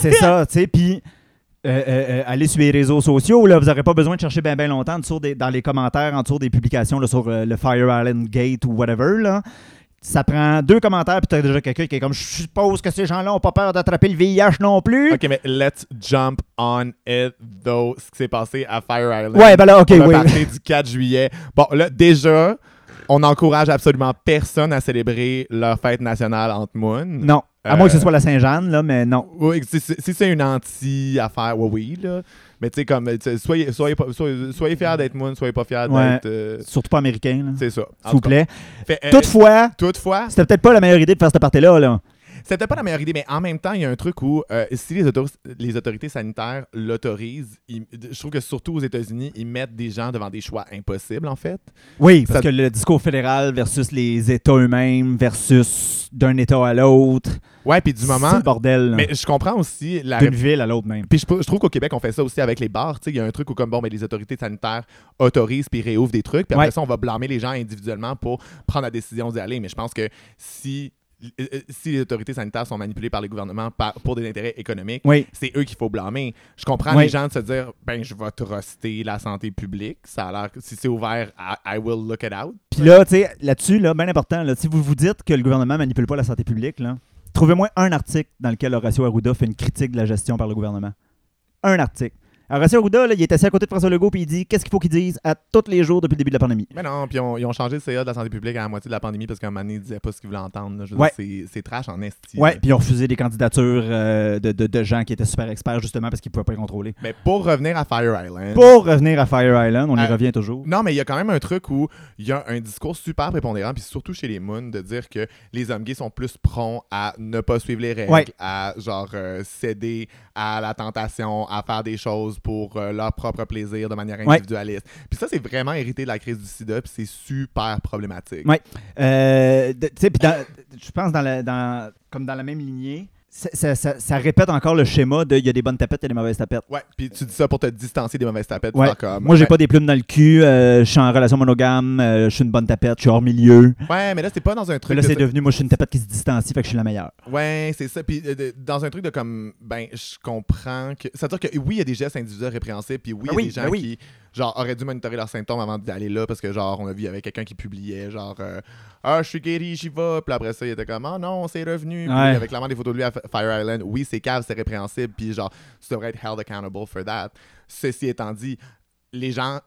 Speaker 6: c'est ça, tu sais. Puis, euh, euh, euh, allez sur les réseaux sociaux. Là, vous n'aurez pas besoin de chercher bien ben longtemps en dessous des- dans les commentaires, en dessous des publications là, sur euh, le Fire Island Gate ou whatever. Là. Ça prend deux commentaires, puis tu as déjà quelqu'un qui est comme Je suppose que ces gens-là n'ont pas peur d'attraper le VIH non plus.
Speaker 7: Ok, mais let's jump on it, though, ce qui s'est passé à Fire Island.
Speaker 6: Ouais, ben là, ok,
Speaker 7: on va
Speaker 6: oui.
Speaker 7: parler du 4 juillet. Bon, là, déjà, on n'encourage absolument personne à célébrer leur fête nationale entre moon.
Speaker 6: Non, à
Speaker 7: Euh,
Speaker 6: moins que ce soit la Saint-Jeanne, là, mais non.
Speaker 7: Oui, si, si- si c'est une anti-affaire, oui, oui, là. Mais tu sais, comme, tu sais, soyez, soyez, pas- soyez, soyez fiers d'être moon, soyez pas fiers
Speaker 6: Ouais.
Speaker 7: d'être. euh,
Speaker 6: Surtout pas américain, là.
Speaker 7: c'est ça. En
Speaker 6: S'il vous
Speaker 7: tout cas.
Speaker 6: plaît.
Speaker 7: Fait, euh,
Speaker 6: Toutefois,
Speaker 7: toutefois,
Speaker 6: c'était peut-être pas la meilleure idée de faire cette partie-là. Là.
Speaker 7: C'était pas la meilleure idée, mais en même temps, il y a un truc où euh, si les, autor- les autorités sanitaires l'autorisent, ils- je trouve que surtout aux États-Unis, ils mettent des gens devant des choix impossibles, en fait.
Speaker 6: Oui, parce
Speaker 7: Ça-
Speaker 6: que le discours fédéral versus les États eux-mêmes versus d'un État à l'autre.
Speaker 7: Ouais, puis du
Speaker 6: C'est
Speaker 7: moment.
Speaker 6: le bordel. là.
Speaker 7: Mais je comprends aussi la.
Speaker 6: D'une ville à l'autre même.
Speaker 7: Puis je, je trouve qu'au Québec, on fait ça aussi avec les bars. tu sais. Il y a un truc où, comme bon, mais les autorités sanitaires autorisent puis réouvrent des trucs. Puis après
Speaker 6: Ouais.
Speaker 7: ça, on va blâmer les gens individuellement pour prendre la décision d'y aller. Mais je pense que si, euh, euh, si les autorités sanitaires sont manipulées par les gouvernements par- pour des intérêts économiques,
Speaker 6: Oui.
Speaker 7: c'est eux qu'il faut blâmer. Je comprends
Speaker 6: Oui.
Speaker 7: les gens de se dire ben je vais truster la santé publique, ça a l'air que si c'est ouvert, I, I will look it out.
Speaker 6: Puis là, tu sais, là-dessus, là, bien important, là, si vous vous dites que le gouvernement manipule pas la santé publique, là, trouvez-moi un article dans lequel Horacio Arruda fait une critique de la gestion par le gouvernement. Un article. Horacio Arruda, là, il est assis à côté de François Legault puis il dit qu'est-ce qu'il faut qu'il dise à tous les jours depuis le début de la pandémie.
Speaker 7: Mais non, puis on- ils ont changé le CA de la santé publique à la moitié de la pandémie parce qu'à un moment donné, ils disaient pas ce qu'ils voulaient entendre. là. Je veux
Speaker 6: Ouais.
Speaker 7: dire, c'est- c'est trash en esti.
Speaker 6: Ouais,
Speaker 7: là.
Speaker 6: puis ils ont refusé des candidatures euh, de, de- de gens qui étaient super experts justement parce qu'ils pouvaient pas les contrôler.
Speaker 7: Mais pour revenir à Fire Island.
Speaker 6: Pour euh, revenir à Fire Island, on y
Speaker 7: Euh,
Speaker 6: revient toujours.
Speaker 7: Non, mais il y a quand même un truc où il y a un discours super prépondérant, puis surtout chez les Moons, de dire que les hommes gays sont plus prompts à ne pas suivre les règles,
Speaker 6: Ouais.
Speaker 7: à genre euh, céder à la tentation, à faire des choses pour euh, leur propre plaisir de manière
Speaker 6: Ouais.
Speaker 7: individualiste. Puis ça, c'est vraiment hérité de la crise du sida, puis c'est super problématique.
Speaker 6: Ouais. Euh, de- tu sais, puis dans- je pense dans la, dans, comme dans la même lignée, ça, ça- ça- ça répète encore le schéma de il y a des bonnes tapettes et des mauvaises tapettes.
Speaker 7: Ouais, puis tu dis ça pour te distancer des mauvaises tapettes.
Speaker 6: Ouais.
Speaker 7: faire comme,
Speaker 6: Moi, j'ai
Speaker 7: ouais.
Speaker 6: pas des plumes dans le cul, euh, je suis en relation monogame, euh, je suis une bonne tapette, je suis hors milieu.
Speaker 7: Ouais, mais là, c'est pas dans un
Speaker 6: Mais
Speaker 7: truc.
Speaker 6: là,
Speaker 7: de
Speaker 6: c'est
Speaker 7: ça-
Speaker 6: devenu, moi, je suis une tapette qui se distancie, fait que je suis la meilleure.
Speaker 7: Ouais, c'est ça. Puis euh, de- dans un truc de comme, ben, je comprends que. C'est-à-dire que oui, il y a des gestes individuels répréhensibles, puis oui, il y a
Speaker 6: Ah oui,
Speaker 7: des gens
Speaker 6: ben oui.
Speaker 7: qui, genre, auraient dû monitorer leurs symptômes avant d'aller là parce que, genre, on a vu, il y avait quelqu'un qui publiait, genre, euh, ah, je suis guéri, j'y vais. Puis après ça, il était comme, ah non, c'est revenu. Puis
Speaker 6: Ouais.
Speaker 7: il y avait clairement des photos de lui à F- Fire Island. Oui, c'est cave, c'est répréhensible. Puis genre, tu devrais être held accountable for that. Ceci étant dit, les gens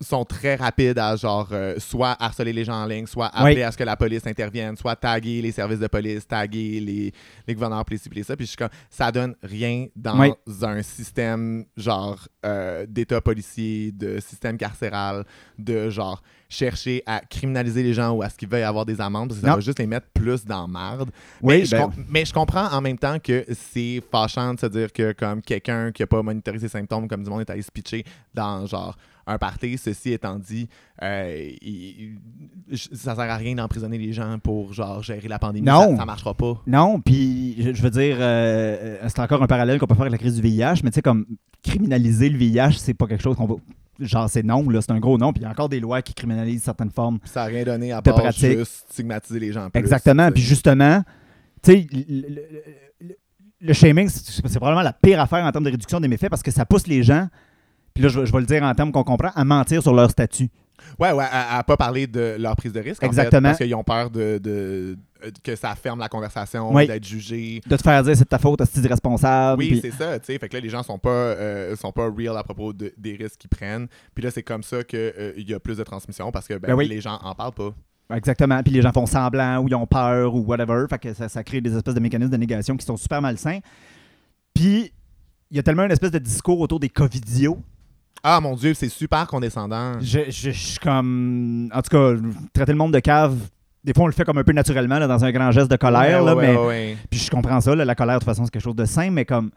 Speaker 7: sont très rapides à genre euh, soit harceler les gens en ligne, soit appeler
Speaker 6: Oui.
Speaker 7: à ce que la police intervienne, soit taguer les services de police, taguer les, les gouverneurs, puis les ci, puis les ça. Puis je suis comme, ça donne rien dans
Speaker 6: Oui.
Speaker 7: un système genre euh, d'état policier, de système carcéral, de genre chercher à criminaliser les gens ou à ce qu'ils veuillent avoir des amendes, parce que ça
Speaker 6: Non.
Speaker 7: va juste les mettre plus dans marde.
Speaker 6: Oui,
Speaker 7: mais, je
Speaker 6: ben-
Speaker 7: com- mais je comprends en même temps que c'est fâchant de se dire que comme quelqu'un qui n'a pas monitoré ses symptômes, comme du monde est allé se pitcher dans genre un party, ceci étant dit, euh, il- il- ça sert à rien d'emprisonner les gens pour genre gérer la pandémie.
Speaker 6: Non.
Speaker 7: Ça, ça marchera pas.
Speaker 6: Non, puis je, je veux dire, euh, euh, c'est encore un parallèle qu'on peut faire avec la crise du VIH, mais tu sais, comme criminaliser le VIH, c'est pas quelque chose qu'on va. Genre, c'est non, là, c'est un gros non, puis il y a encore des lois qui criminalisent certaines formes.
Speaker 7: Ça n'a rien donné à
Speaker 6: De
Speaker 7: part
Speaker 6: pratique.
Speaker 7: juste stigmatiser les gens. plus.
Speaker 6: Exactement,
Speaker 7: C'est-
Speaker 6: puis justement, tu sais, le, le- le- le shaming, c'est c'est probablement la pire affaire en termes de réduction des méfaits parce que ça pousse les gens, puis là, je, vais- je vais le dire en termes qu'on comprend, à mentir sur leur statut.
Speaker 7: Ouais, ouais, à, à pas parler de leur prise de risque. en fait,
Speaker 6: Exactement.
Speaker 7: parce qu'ils ont peur de, de- euh, que ça ferme la conversation,
Speaker 6: Oui.
Speaker 7: d'être jugé.
Speaker 6: De te faire dire c'est de ta faute, c'est irresponsable.
Speaker 7: Oui,
Speaker 6: puis-
Speaker 7: c'est ça, tu sais. Fait que là, les gens sont pas, euh, sont pas real à propos de- des risques qu'ils prennent. Puis là, c'est comme ça qu'il y a plus de transmission parce que ben,
Speaker 6: Ben oui.
Speaker 7: les gens en parlent pas.
Speaker 6: Exactement. Puis les gens font semblant ou ils ont peur ou whatever. Fait que ça, ça crée des espèces de mécanismes de négation qui sont super malsains. Puis il y a tellement une espèce de discours autour des covidios.
Speaker 7: Ah mon Dieu, c'est super condescendant.
Speaker 6: Je, je- je suis comme. En tout cas, traiter le monde de cave. Des fois, on le fait comme un peu naturellement, là, dans un grand geste de colère.
Speaker 7: Ouais,
Speaker 6: là,
Speaker 7: ouais,
Speaker 6: mais...
Speaker 7: ouais, ouais.
Speaker 6: Puis je comprends ça, là, la colère, de toute façon, c'est quelque chose de sain, mais comme.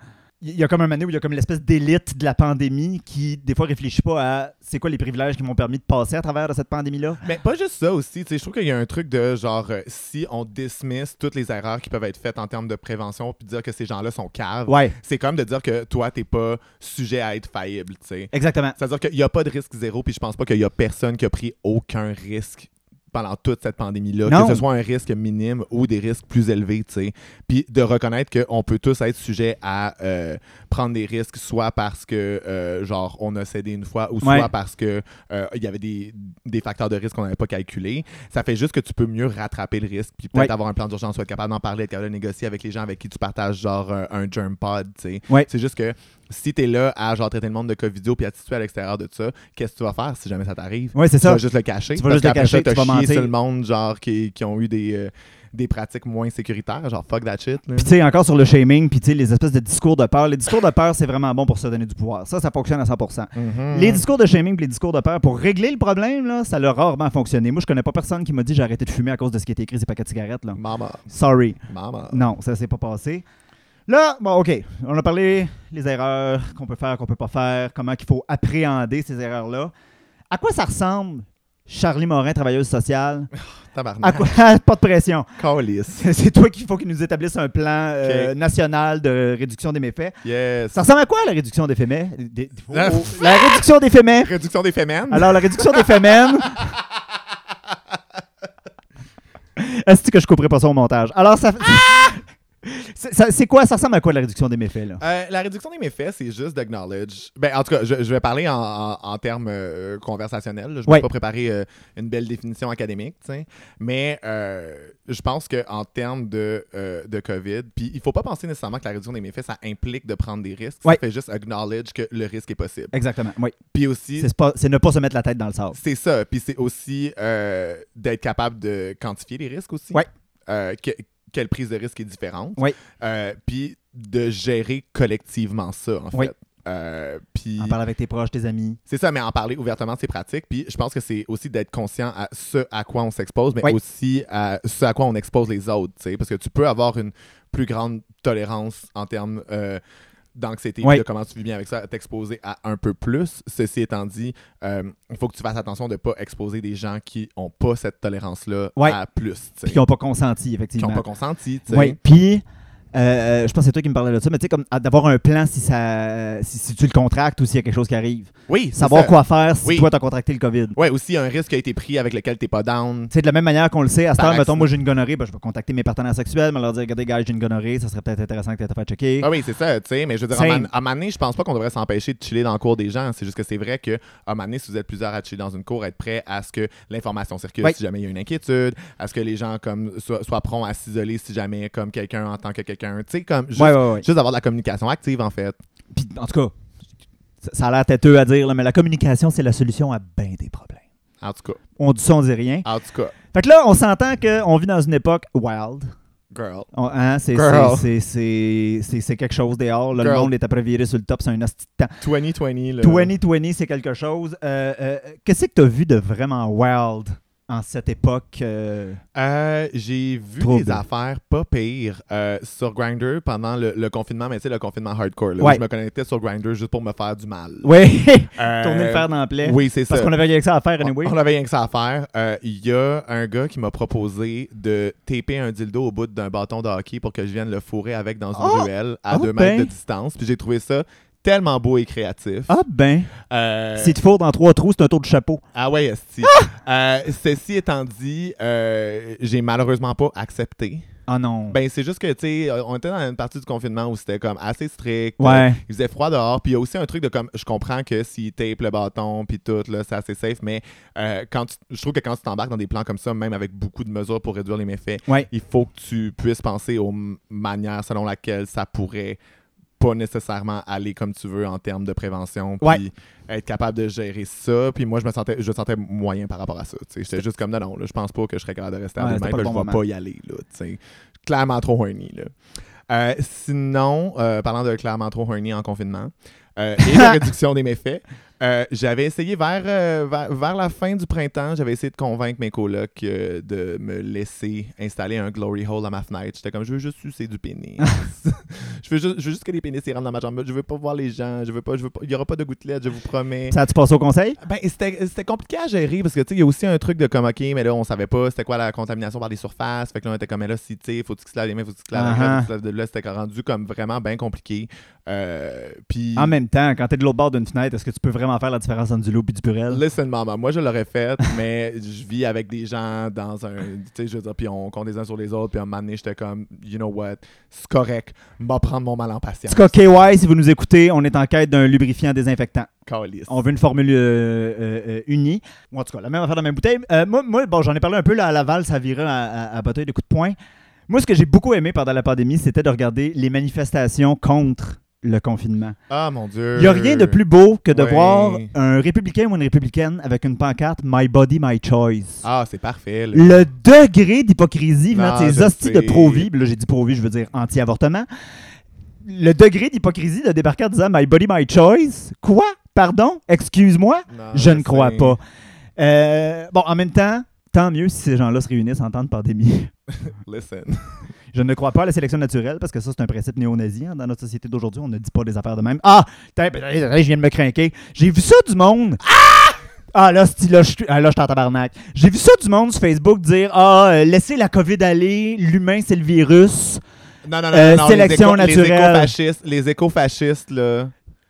Speaker 6: Il y a comme un moment où il y a comme l'espèce d'élite de la pandémie qui, des fois, réfléchit pas à c'est quoi les privilèges qui m'ont permis de passer à travers de cette pandémie-là.
Speaker 7: Mais pas juste ça aussi, tu sais, je trouve qu'il y a un truc de genre euh, si on dismiss toutes les erreurs qui peuvent être faites en termes de prévention puis dire que ces gens-là sont caves,
Speaker 6: Ouais,
Speaker 7: c'est comme de dire que toi t'es pas sujet à être faillible, tu sais.
Speaker 6: exactement.
Speaker 7: C'est-à-dire qu'il n'y a pas de risque zéro, puis je pense pas qu'il y a personne qui a pris aucun risque pendant toute cette pandémie-là,
Speaker 6: Non.
Speaker 7: que ce soit un risque minime ou des risques plus élevés, tu sais. Puis de reconnaître qu'on peut tous être sujet à euh, prendre des risques, soit parce que, euh, genre, on a cédé une fois, ou soit
Speaker 6: Ouais.
Speaker 7: parce que euh, il y avait des, des facteurs de risque qu'on n'avait pas calculés. Ça fait juste que tu peux mieux rattraper le risque, puis peut-être
Speaker 6: Ouais.
Speaker 7: avoir un plan d'urgence, soit être capable d'en parler, être capable de négocier avec les gens avec qui tu partages, genre, un, un germ pod, tu sais.
Speaker 6: Ouais.
Speaker 7: C'est juste que si t'es là à genre traiter le monde de Covidio puis à te situer à l'extérieur de ça, qu'est-ce que tu vas faire si jamais ça t'arrive?
Speaker 6: Ouais, c'est
Speaker 7: Tu
Speaker 6: ça.
Speaker 7: vas juste le cacher.
Speaker 6: Tu vas
Speaker 7: parce
Speaker 6: juste le
Speaker 7: qu'après
Speaker 6: cacher,
Speaker 7: ça, t'as
Speaker 6: tu vas
Speaker 7: chié
Speaker 6: mentir.
Speaker 7: sur le monde genre qui, qui ont eu des, euh, des pratiques moins sécuritaires, genre fuck that shit. là.
Speaker 6: Puis tu sais, encore sur le shaming, puis tu sais, les espèces de discours de peur. Les discours de peur, c'est vraiment bon pour se donner du pouvoir. Ça, ça fonctionne à 100%.
Speaker 7: Mhm.
Speaker 6: Les discours de shaming puis les discours de peur, pour régler le problème, là, ça l'a rarement fonctionné. Moi, je connais pas personne qui m'a dit j'ai arrêté de fumer à cause de ce qui était écrit sur les paquets de cigarettes. Là.
Speaker 7: Maman,
Speaker 6: Sorry.
Speaker 7: maman.
Speaker 6: Non, ça s'est pas passé. Là, bon, OK. On a parlé les erreurs qu'on peut faire, qu'on peut pas faire, comment qu'il faut appréhender ces erreurs-là. À quoi ça ressemble, Charlie Morin, travailleuse sociale? À
Speaker 7: Tabarnak.
Speaker 6: quoi... Ah, pas de pression.
Speaker 7: Calice.
Speaker 6: C'est c'est toi qu'il faut qu'il nous établisse un plan euh,
Speaker 7: Ok.
Speaker 6: national de réduction des méfaits.
Speaker 7: Yes.
Speaker 6: Ça ressemble à quoi la réduction des fémets Des- des-
Speaker 7: La-
Speaker 6: Oh, La réduction des fémets.
Speaker 7: Réduction des fémènes.
Speaker 6: Alors, la réduction des fémènes. Est-ce que je couperai pas ça au montage? Alors, ça. C'est- ça- C'est quoi? Ça ressemble à quoi la réduction des méfaits, là?
Speaker 7: Euh, la réduction des méfaits, c'est juste d'acknowledge. Ben, en tout cas, je, je vais parler en, en- en termes euh, conversationnels. là. Je ne
Speaker 6: Ouais.
Speaker 7: vais pas préparer euh, une belle définition académique, tu sais. mais euh, je pense qu'en termes de, euh, de COVID, puis il ne faut pas penser nécessairement que la réduction des méfaits, ça implique de prendre des risques.
Speaker 6: Ouais.
Speaker 7: Ça fait juste acknowledge que le risque est possible.
Speaker 6: Exactement. Oui.
Speaker 7: Puis aussi,
Speaker 6: C'est pas- c'est ne pas se mettre la tête dans le sable.
Speaker 7: c'est ça. Puis c'est aussi euh, d'être capable de quantifier les risques aussi.
Speaker 6: Ouais.
Speaker 7: Euh, que- quelle prise de risque est différente.
Speaker 6: Ouais.
Speaker 7: Euh, puis de gérer collectivement ça, en fait.
Speaker 6: Ouais.
Speaker 7: Euh, puis
Speaker 6: En parler avec tes proches, tes amis.
Speaker 7: c'est ça, mais en parler ouvertement de ses pratiques. Puis je pense que c'est aussi d'être conscient à ce à quoi on s'expose, mais
Speaker 6: Oui.
Speaker 7: aussi à ce à quoi on expose les autres. tu sais, Parce que tu peux avoir une plus grande tolérance en termes euh, d'anxiété, puis
Speaker 6: Oui.
Speaker 7: de comment tu vis bien avec ça, t'exposer à un peu plus. Ceci étant dit, euh, il faut que tu fasses attention de ne pas exposer des gens qui n'ont pas cette tolérance-là
Speaker 6: Oui.
Speaker 7: à plus, tu sais,
Speaker 6: Puis qui n'ont pas consenti,
Speaker 7: qui n'ont
Speaker 6: effectivement.
Speaker 7: pas consenti. tu sais.
Speaker 6: Oui. Puis, euh, je pense que c'est toi qui me parlais de ça, mais tu sais, comme à- d'avoir un plan si, ça, si, si tu le contractes ou s'il y a quelque chose qui arrive.
Speaker 7: Oui, c'est
Speaker 6: Savoir
Speaker 7: ça.
Speaker 6: quoi faire si
Speaker 7: Oui.
Speaker 6: toi, t'as contracté le COVID.
Speaker 7: Ouais, aussi un risque qui a été pris avec lequel t'es pas down.
Speaker 6: Tu sais, de la même manière qu'on le sait, à cette
Speaker 7: Par
Speaker 6: heure, mettons,
Speaker 7: accident.
Speaker 6: moi j'ai une gonorrhée, ben, je vais contacter mes partenaires sexuels, me leur dire, regardez, gars, j'ai une gonorrhée, ça serait peut-être intéressant que tu te faire checker.
Speaker 7: Ah oui, c'est ça, tu sais, mais je veux dire, à
Speaker 6: Same.
Speaker 7: un moment- à un moment donné, je pense pas qu'on devrait s'empêcher de chiller dans le cours des gens. C'est juste que c'est vrai que, à un moment donné, si vous êtes plusieurs à chiller dans une cour, être prêt à ce que l'information circule
Speaker 6: Oui.
Speaker 7: si jamais il y a une inquiétude, à ce que les gens comme soient, soient prompts à s'isoler si jamais comme quelqu'un en tant que quelqu'un. Tu sais, comme juste,
Speaker 6: ouais, ouais, ouais.
Speaker 7: juste avoir de la communication active, en fait.
Speaker 6: Puis, en tout cas, ça, ça a l'air têteux à dire, là, mais la communication, c'est la solution à bien des problèmes.
Speaker 7: En tout cas.
Speaker 6: On dit ça, on dit rien.
Speaker 7: En tout cas.
Speaker 6: Fait que là, on s'entend qu'on vit dans une époque wild.
Speaker 7: Girl.
Speaker 6: On- hein, c'est,
Speaker 7: Girl.
Speaker 6: c'est, c'est, c'est, c'est- c'est quelque chose dehors. là, le
Speaker 7: Girl. Euh.
Speaker 6: monde est après viré sur le top, c'est un hostie de temps.
Speaker 7: 2020, là.
Speaker 6: 2020, c'est quelque chose. Euh, euh, qu'est-ce que tu as vu de vraiment wild en cette époque? euh?
Speaker 7: Euh, j'ai vu
Speaker 6: Trouble.
Speaker 7: des affaires pas pires euh, sur Grindr pendant le, le confinement, mais tu sais, le confinement hardcore. là, où
Speaker 6: Ouais.
Speaker 7: Je me connectais sur Grindr juste pour me faire du mal.
Speaker 6: Oui,
Speaker 7: Euh,
Speaker 6: tourner le fer dans la plaie.
Speaker 7: Oui, c'est ça.
Speaker 6: Parce qu'on avait rien que ça à faire,
Speaker 7: On-
Speaker 6: anyway.
Speaker 7: On avait rien que ça à faire. Euh, Il y a un gars qui m'a proposé de taper un dildo au bout d'un bâton de hockey pour que je vienne le fourrer avec dans une
Speaker 6: Oh!
Speaker 7: ruelle à
Speaker 6: Ah
Speaker 7: deux
Speaker 6: ben!
Speaker 7: mètres de distance. Puis j'ai trouvé ça tellement beau et créatif.
Speaker 6: Ah ben,
Speaker 7: Euh,
Speaker 6: si tu fourres dans trois trous, c'est Ah! un tour de chapeau.
Speaker 7: Ah ouais, esti. Euh, ceci étant dit, euh, j'ai malheureusement pas accepté.
Speaker 6: Ah non.
Speaker 7: Ben, c'est juste que, tu sais, euh, on était dans une partie du confinement où c'était comme assez strict.
Speaker 6: Ouais.
Speaker 7: Euh, Il faisait froid dehors. Puis il y a aussi un truc de comme, je comprends que s'il tape le bâton, puis tout, là, c'est assez safe. Mais euh, quand tu- je trouve que quand tu t'embarques dans des plans comme ça, même avec beaucoup de mesures pour réduire les méfaits,
Speaker 6: Ouais.
Speaker 7: il faut que tu puisses penser aux m- manières selon laquelle ça pourrait pas nécessairement aller comme tu veux en termes de prévention, puis
Speaker 6: Ouais.
Speaker 7: être capable de gérer ça. Puis moi, je me sentais, je me sentais moyen par rapport à ça. tu sais. J'étais juste comme, non, non, là, je pense pas que je serais capable de rester à
Speaker 6: Ouais,
Speaker 7: deux
Speaker 6: c'était
Speaker 7: mains,
Speaker 6: pas
Speaker 7: que
Speaker 6: le
Speaker 7: je
Speaker 6: bon
Speaker 7: vais
Speaker 6: moment.
Speaker 7: pas y aller. Là, tu sais. clairement trop horny. Là. Euh, sinon, euh, parlant de clairement trop horny en confinement euh, et de réduction des méfaits, euh, j'avais essayé vers, euh, vers, vers la fin du printemps, j'avais essayé de convaincre mes colocs euh, de me laisser installer un glory hole à ma fenêtre. J'étais comme, je veux juste sucer du pénis. je, veux juste, je veux juste que les pénis s'y rentrent dans ma jambe. Je veux pas voir les gens. Je veux pas, je veux pas, il y aura pas de gouttelettes, je vous promets.
Speaker 6: Ça a-tu passé au conseil?
Speaker 7: Ben, c'était c'était compliqué à gérer parce que, tu sais, il y a aussi un truc de comme, OK, mais là, on savait pas c'était quoi la contamination par les surfaces. Fait que là, on était comme, mais là, si, tu sais, faut-tu qu'il se lave les mains, faut-tu qu'il se lave la
Speaker 6: Ah ah.
Speaker 7: graisse, faut-tu qu'il se lave de là, c'était rendu comme vraiment bien compliqué. Euh, Puis.
Speaker 6: En même temps, quand t'es de l'autre bord d'une fenêtre, est-ce que tu peux vraiment faire la différence entre du loup et du purel?
Speaker 7: Listen, maman, moi je l'aurais fait, mais je vis avec des gens dans un. Tu sais, je veux dire, puis on compte les uns sur les autres, puis à un moment donné, j'étais comme, you know what, c'est correct, m'a prendre mon mal en
Speaker 6: En
Speaker 7: patience.
Speaker 6: tout cas, KY, si vous nous écoutez, on est en quête d'un lubrifiant désinfectant.
Speaker 7: Calisse.
Speaker 6: On veut une formule euh, euh, euh, unie. Ou en tout cas, la même affaire dans la même bouteille. Euh, moi, moi, bon, j'en ai parlé un peu là, à Laval, ça virait à, à, à bataille de coups de poing. Moi, ce que j'ai beaucoup aimé pendant la pandémie, c'était de regarder les manifestations contre le confinement.
Speaker 7: Ah mon dieu.
Speaker 6: Il n'y a rien de plus beau que de
Speaker 7: Ouais.
Speaker 6: voir un républicain ou une républicaine avec une pancarte My Body, My Choice.
Speaker 7: Ah, c'est parfait. là.
Speaker 6: Le degré d'hypocrisie venant
Speaker 7: Non,
Speaker 6: de ces
Speaker 7: je
Speaker 6: hosties
Speaker 7: sais.
Speaker 6: de pro-vie, là j'ai dit pro-vie, je veux dire anti-avortement. Le degré d'hypocrisie de débarquer en disant My Body, My Choice. Quoi? Pardon? Excuse-moi?
Speaker 7: Non,
Speaker 6: Je ne crois
Speaker 7: sais.
Speaker 6: pas. Euh, bon, en même temps, tant mieux si ces gens-là se réunissent en temps de pandémie.
Speaker 7: Listen.
Speaker 6: Je ne crois pas à la sélection naturelle parce que ça, c'est un principe néo-nazi. hein. Dans notre société d'aujourd'hui, on ne dit pas des affaires de même. Ah, t'as- je viens de me craquer. J'ai vu ça du monde. Ah! Ah là, c'ti, là, je suis ah, là, je suis en tabarnak. J'ai vu ça du monde sur Facebook dire Ah, euh, laissez la COVID aller, l'humain c'est le virus.
Speaker 7: Non, non, non,
Speaker 6: Euh,
Speaker 7: non,
Speaker 6: sélection
Speaker 7: les éco-
Speaker 6: naturelle.
Speaker 7: Les éco-fascistes, les éco-fascistes, là.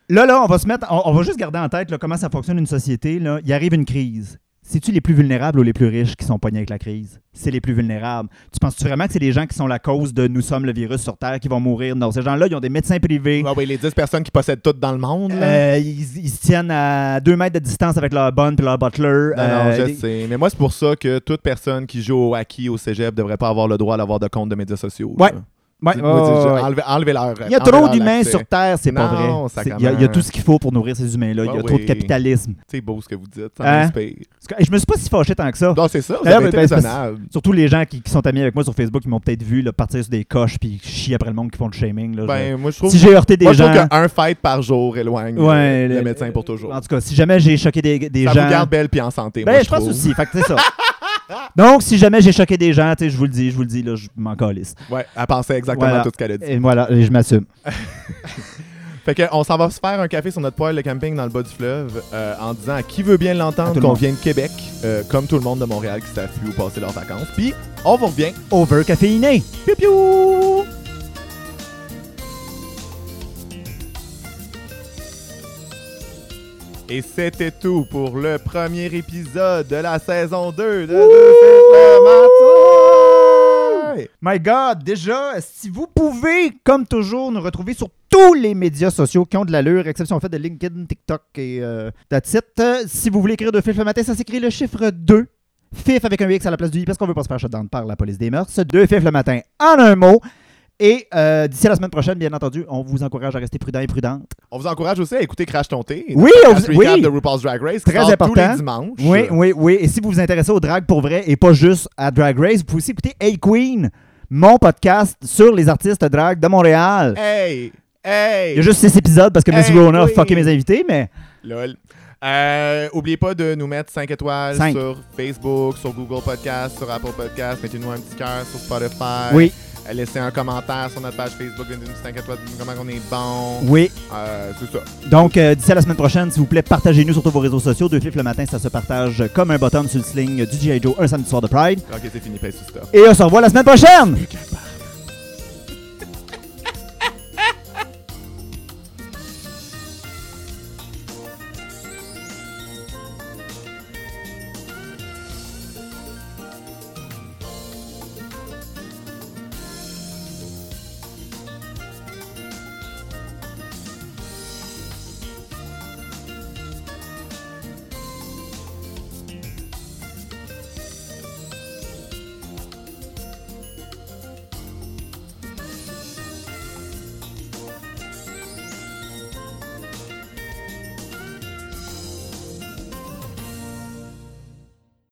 Speaker 6: Là, là, on va se mettre, on, on va juste garder en tête là, comment ça fonctionne une société. Là. Il arrive une crise. C'est-tu les plus vulnérables ou les plus riches qui sont pognés avec la crise? C'est les plus vulnérables. Tu penses-tu vraiment que c'est les gens qui sont la cause de nous sommes le virus sur Terre qui vont mourir? Non, ces gens-là, ils ont des médecins privés.
Speaker 7: Ah oui, les 10 personnes qui possèdent tout dans le monde, là.
Speaker 6: Euh, ils, ils se tiennent à deux mètres de distance avec leur bonne puis leur butler.
Speaker 7: non, non,
Speaker 6: Euh,
Speaker 7: je
Speaker 6: des-
Speaker 7: sais. Mais moi, c'est pour ça que toute personne qui joue au hockey au cégep devrait pas avoir le droit d'avoir de compte de médias sociaux.
Speaker 6: Ouais.
Speaker 7: là.
Speaker 6: Ouais,
Speaker 7: Moi,
Speaker 6: ouais,
Speaker 7: dis-
Speaker 6: ouais,
Speaker 7: je-
Speaker 6: ouais.
Speaker 7: enlevez- enlevez leur.
Speaker 6: Il y a
Speaker 7: enlevez
Speaker 6: trop
Speaker 7: leur
Speaker 6: d'humains
Speaker 7: l'accès.
Speaker 6: sur Terre, c'est pas vrai.
Speaker 7: Non,
Speaker 6: C'est- Il y, a- il y a tout ce qu'il faut pour nourrir ces humains-là. Il y a
Speaker 7: Ah
Speaker 6: trop de
Speaker 7: oui.
Speaker 6: capitalisme.
Speaker 7: C'est beau ce que vous dites. Ça
Speaker 6: Hein?
Speaker 7: m'inspire.
Speaker 6: Parce que- Je me suis pas si fâché tant que ça.
Speaker 7: Non, c'est ça. Vous
Speaker 6: D'ailleurs,
Speaker 7: avez
Speaker 6: ben,
Speaker 7: été
Speaker 6: ben, c'est parce-
Speaker 7: raisonnable.
Speaker 6: Surtout les gens qui, qui sont amis avec moi sur Facebook, ils m'ont peut-être vu là, partir sur des coches puis chier après le monde qui font du shaming. là.
Speaker 7: Ben, moi, je
Speaker 6: Je-
Speaker 7: trouve.
Speaker 6: si j'ai heurté des
Speaker 7: moi, je
Speaker 6: gens.
Speaker 7: trouve qu'un fight par jour éloigne euh,
Speaker 6: Ouais,
Speaker 7: le,
Speaker 6: le-
Speaker 7: médecin pour toujours.
Speaker 6: En tout cas, si jamais j'ai choqué des, des
Speaker 7: ça
Speaker 6: gens.
Speaker 7: vous garde belle puis en santé.
Speaker 6: Ben,
Speaker 7: moi,
Speaker 6: je, pense
Speaker 7: trouve.
Speaker 6: aussi. Fait que c'est ça. Donc, si jamais j'ai choqué des gens, tu sais, je vous le dis, je vous le dis, là, je m'en calisse.
Speaker 7: Ouais, elle pensait exactement
Speaker 6: Voilà.
Speaker 7: tout ce qu'elle a dit.
Speaker 6: Et voilà, et je m'assume.
Speaker 7: Fait que on s'en va se faire un café sur notre poêle de camping dans le bas du fleuve euh, en disant à qui veut bien
Speaker 6: À tout
Speaker 7: l'entendre
Speaker 6: le
Speaker 7: qu'on
Speaker 6: monde.
Speaker 7: vient de Québec, euh, comme tout le monde de Montréal qui s'appuie ou passer leurs vacances. Puis on vous revient.
Speaker 6: Over caféiné.
Speaker 7: Piou piou! Et c'était tout pour le premier épisode de la saison 2 de Deux Sisters Amateurs.
Speaker 6: My God, déjà, si vous pouvez, comme toujours, nous retrouver sur tous les médias sociaux qui ont de l'allure, exception faite de LinkedIn, TikTok et euh, that's it. Euh, si vous voulez écrire de Fif le matin, ça s'écrit le chiffre 2. Fif avec un X à la place du I parce qu'on veut pas se faire shutdown par la police des mœurs. Deux Fif le matin en un mot. Et euh, d'ici à la semaine prochaine, bien entendu, on vous encourage à rester prudent et prudente.
Speaker 7: On vous encourage aussi à écouter Crash Tonté.
Speaker 6: Oui, on vous-
Speaker 7: recap
Speaker 6: oui.
Speaker 7: de RuPaul's Drag Race. qui
Speaker 6: Très
Speaker 7: sort Tous
Speaker 6: important.
Speaker 7: les dimanches.
Speaker 6: Oui, oui, oui. Et si vous vous intéressez au drag pour vrai et pas juste à Drag Race, vous pouvez aussi écouter Hey Queen, mon podcast sur les artistes drag de Montréal.
Speaker 7: Hey, hey.
Speaker 6: Il y a juste six épisodes parce que Miss
Speaker 7: Hey,
Speaker 6: Rona a
Speaker 7: oui.
Speaker 6: fucké mes invités, mais
Speaker 7: Lol. Euh, oubliez pas de nous mettre 5 étoiles
Speaker 6: Cinq.
Speaker 7: sur Facebook, sur Google Podcast, sur Apple Podcast. Mettez-nous un petit cœur sur Spotify.
Speaker 6: oui,
Speaker 7: Euh, Laissez un commentaire sur notre page Facebook. Donnez-nous 5 étoiles. Dites-nous comment on est bon.
Speaker 6: oui.
Speaker 7: Euh, c'est ça.
Speaker 6: Donc, euh, d'ici à la semaine prochaine, s'il vous plaît, partagez-nous sur tous vos réseaux sociaux. Deux flips le matin, ça se partage comme un bottom sur le sling du G.I. Joe un samedi soir de Pride.
Speaker 7: Ok, c'est fini. Passe tout ça.
Speaker 6: Et on se revoit la semaine prochaine!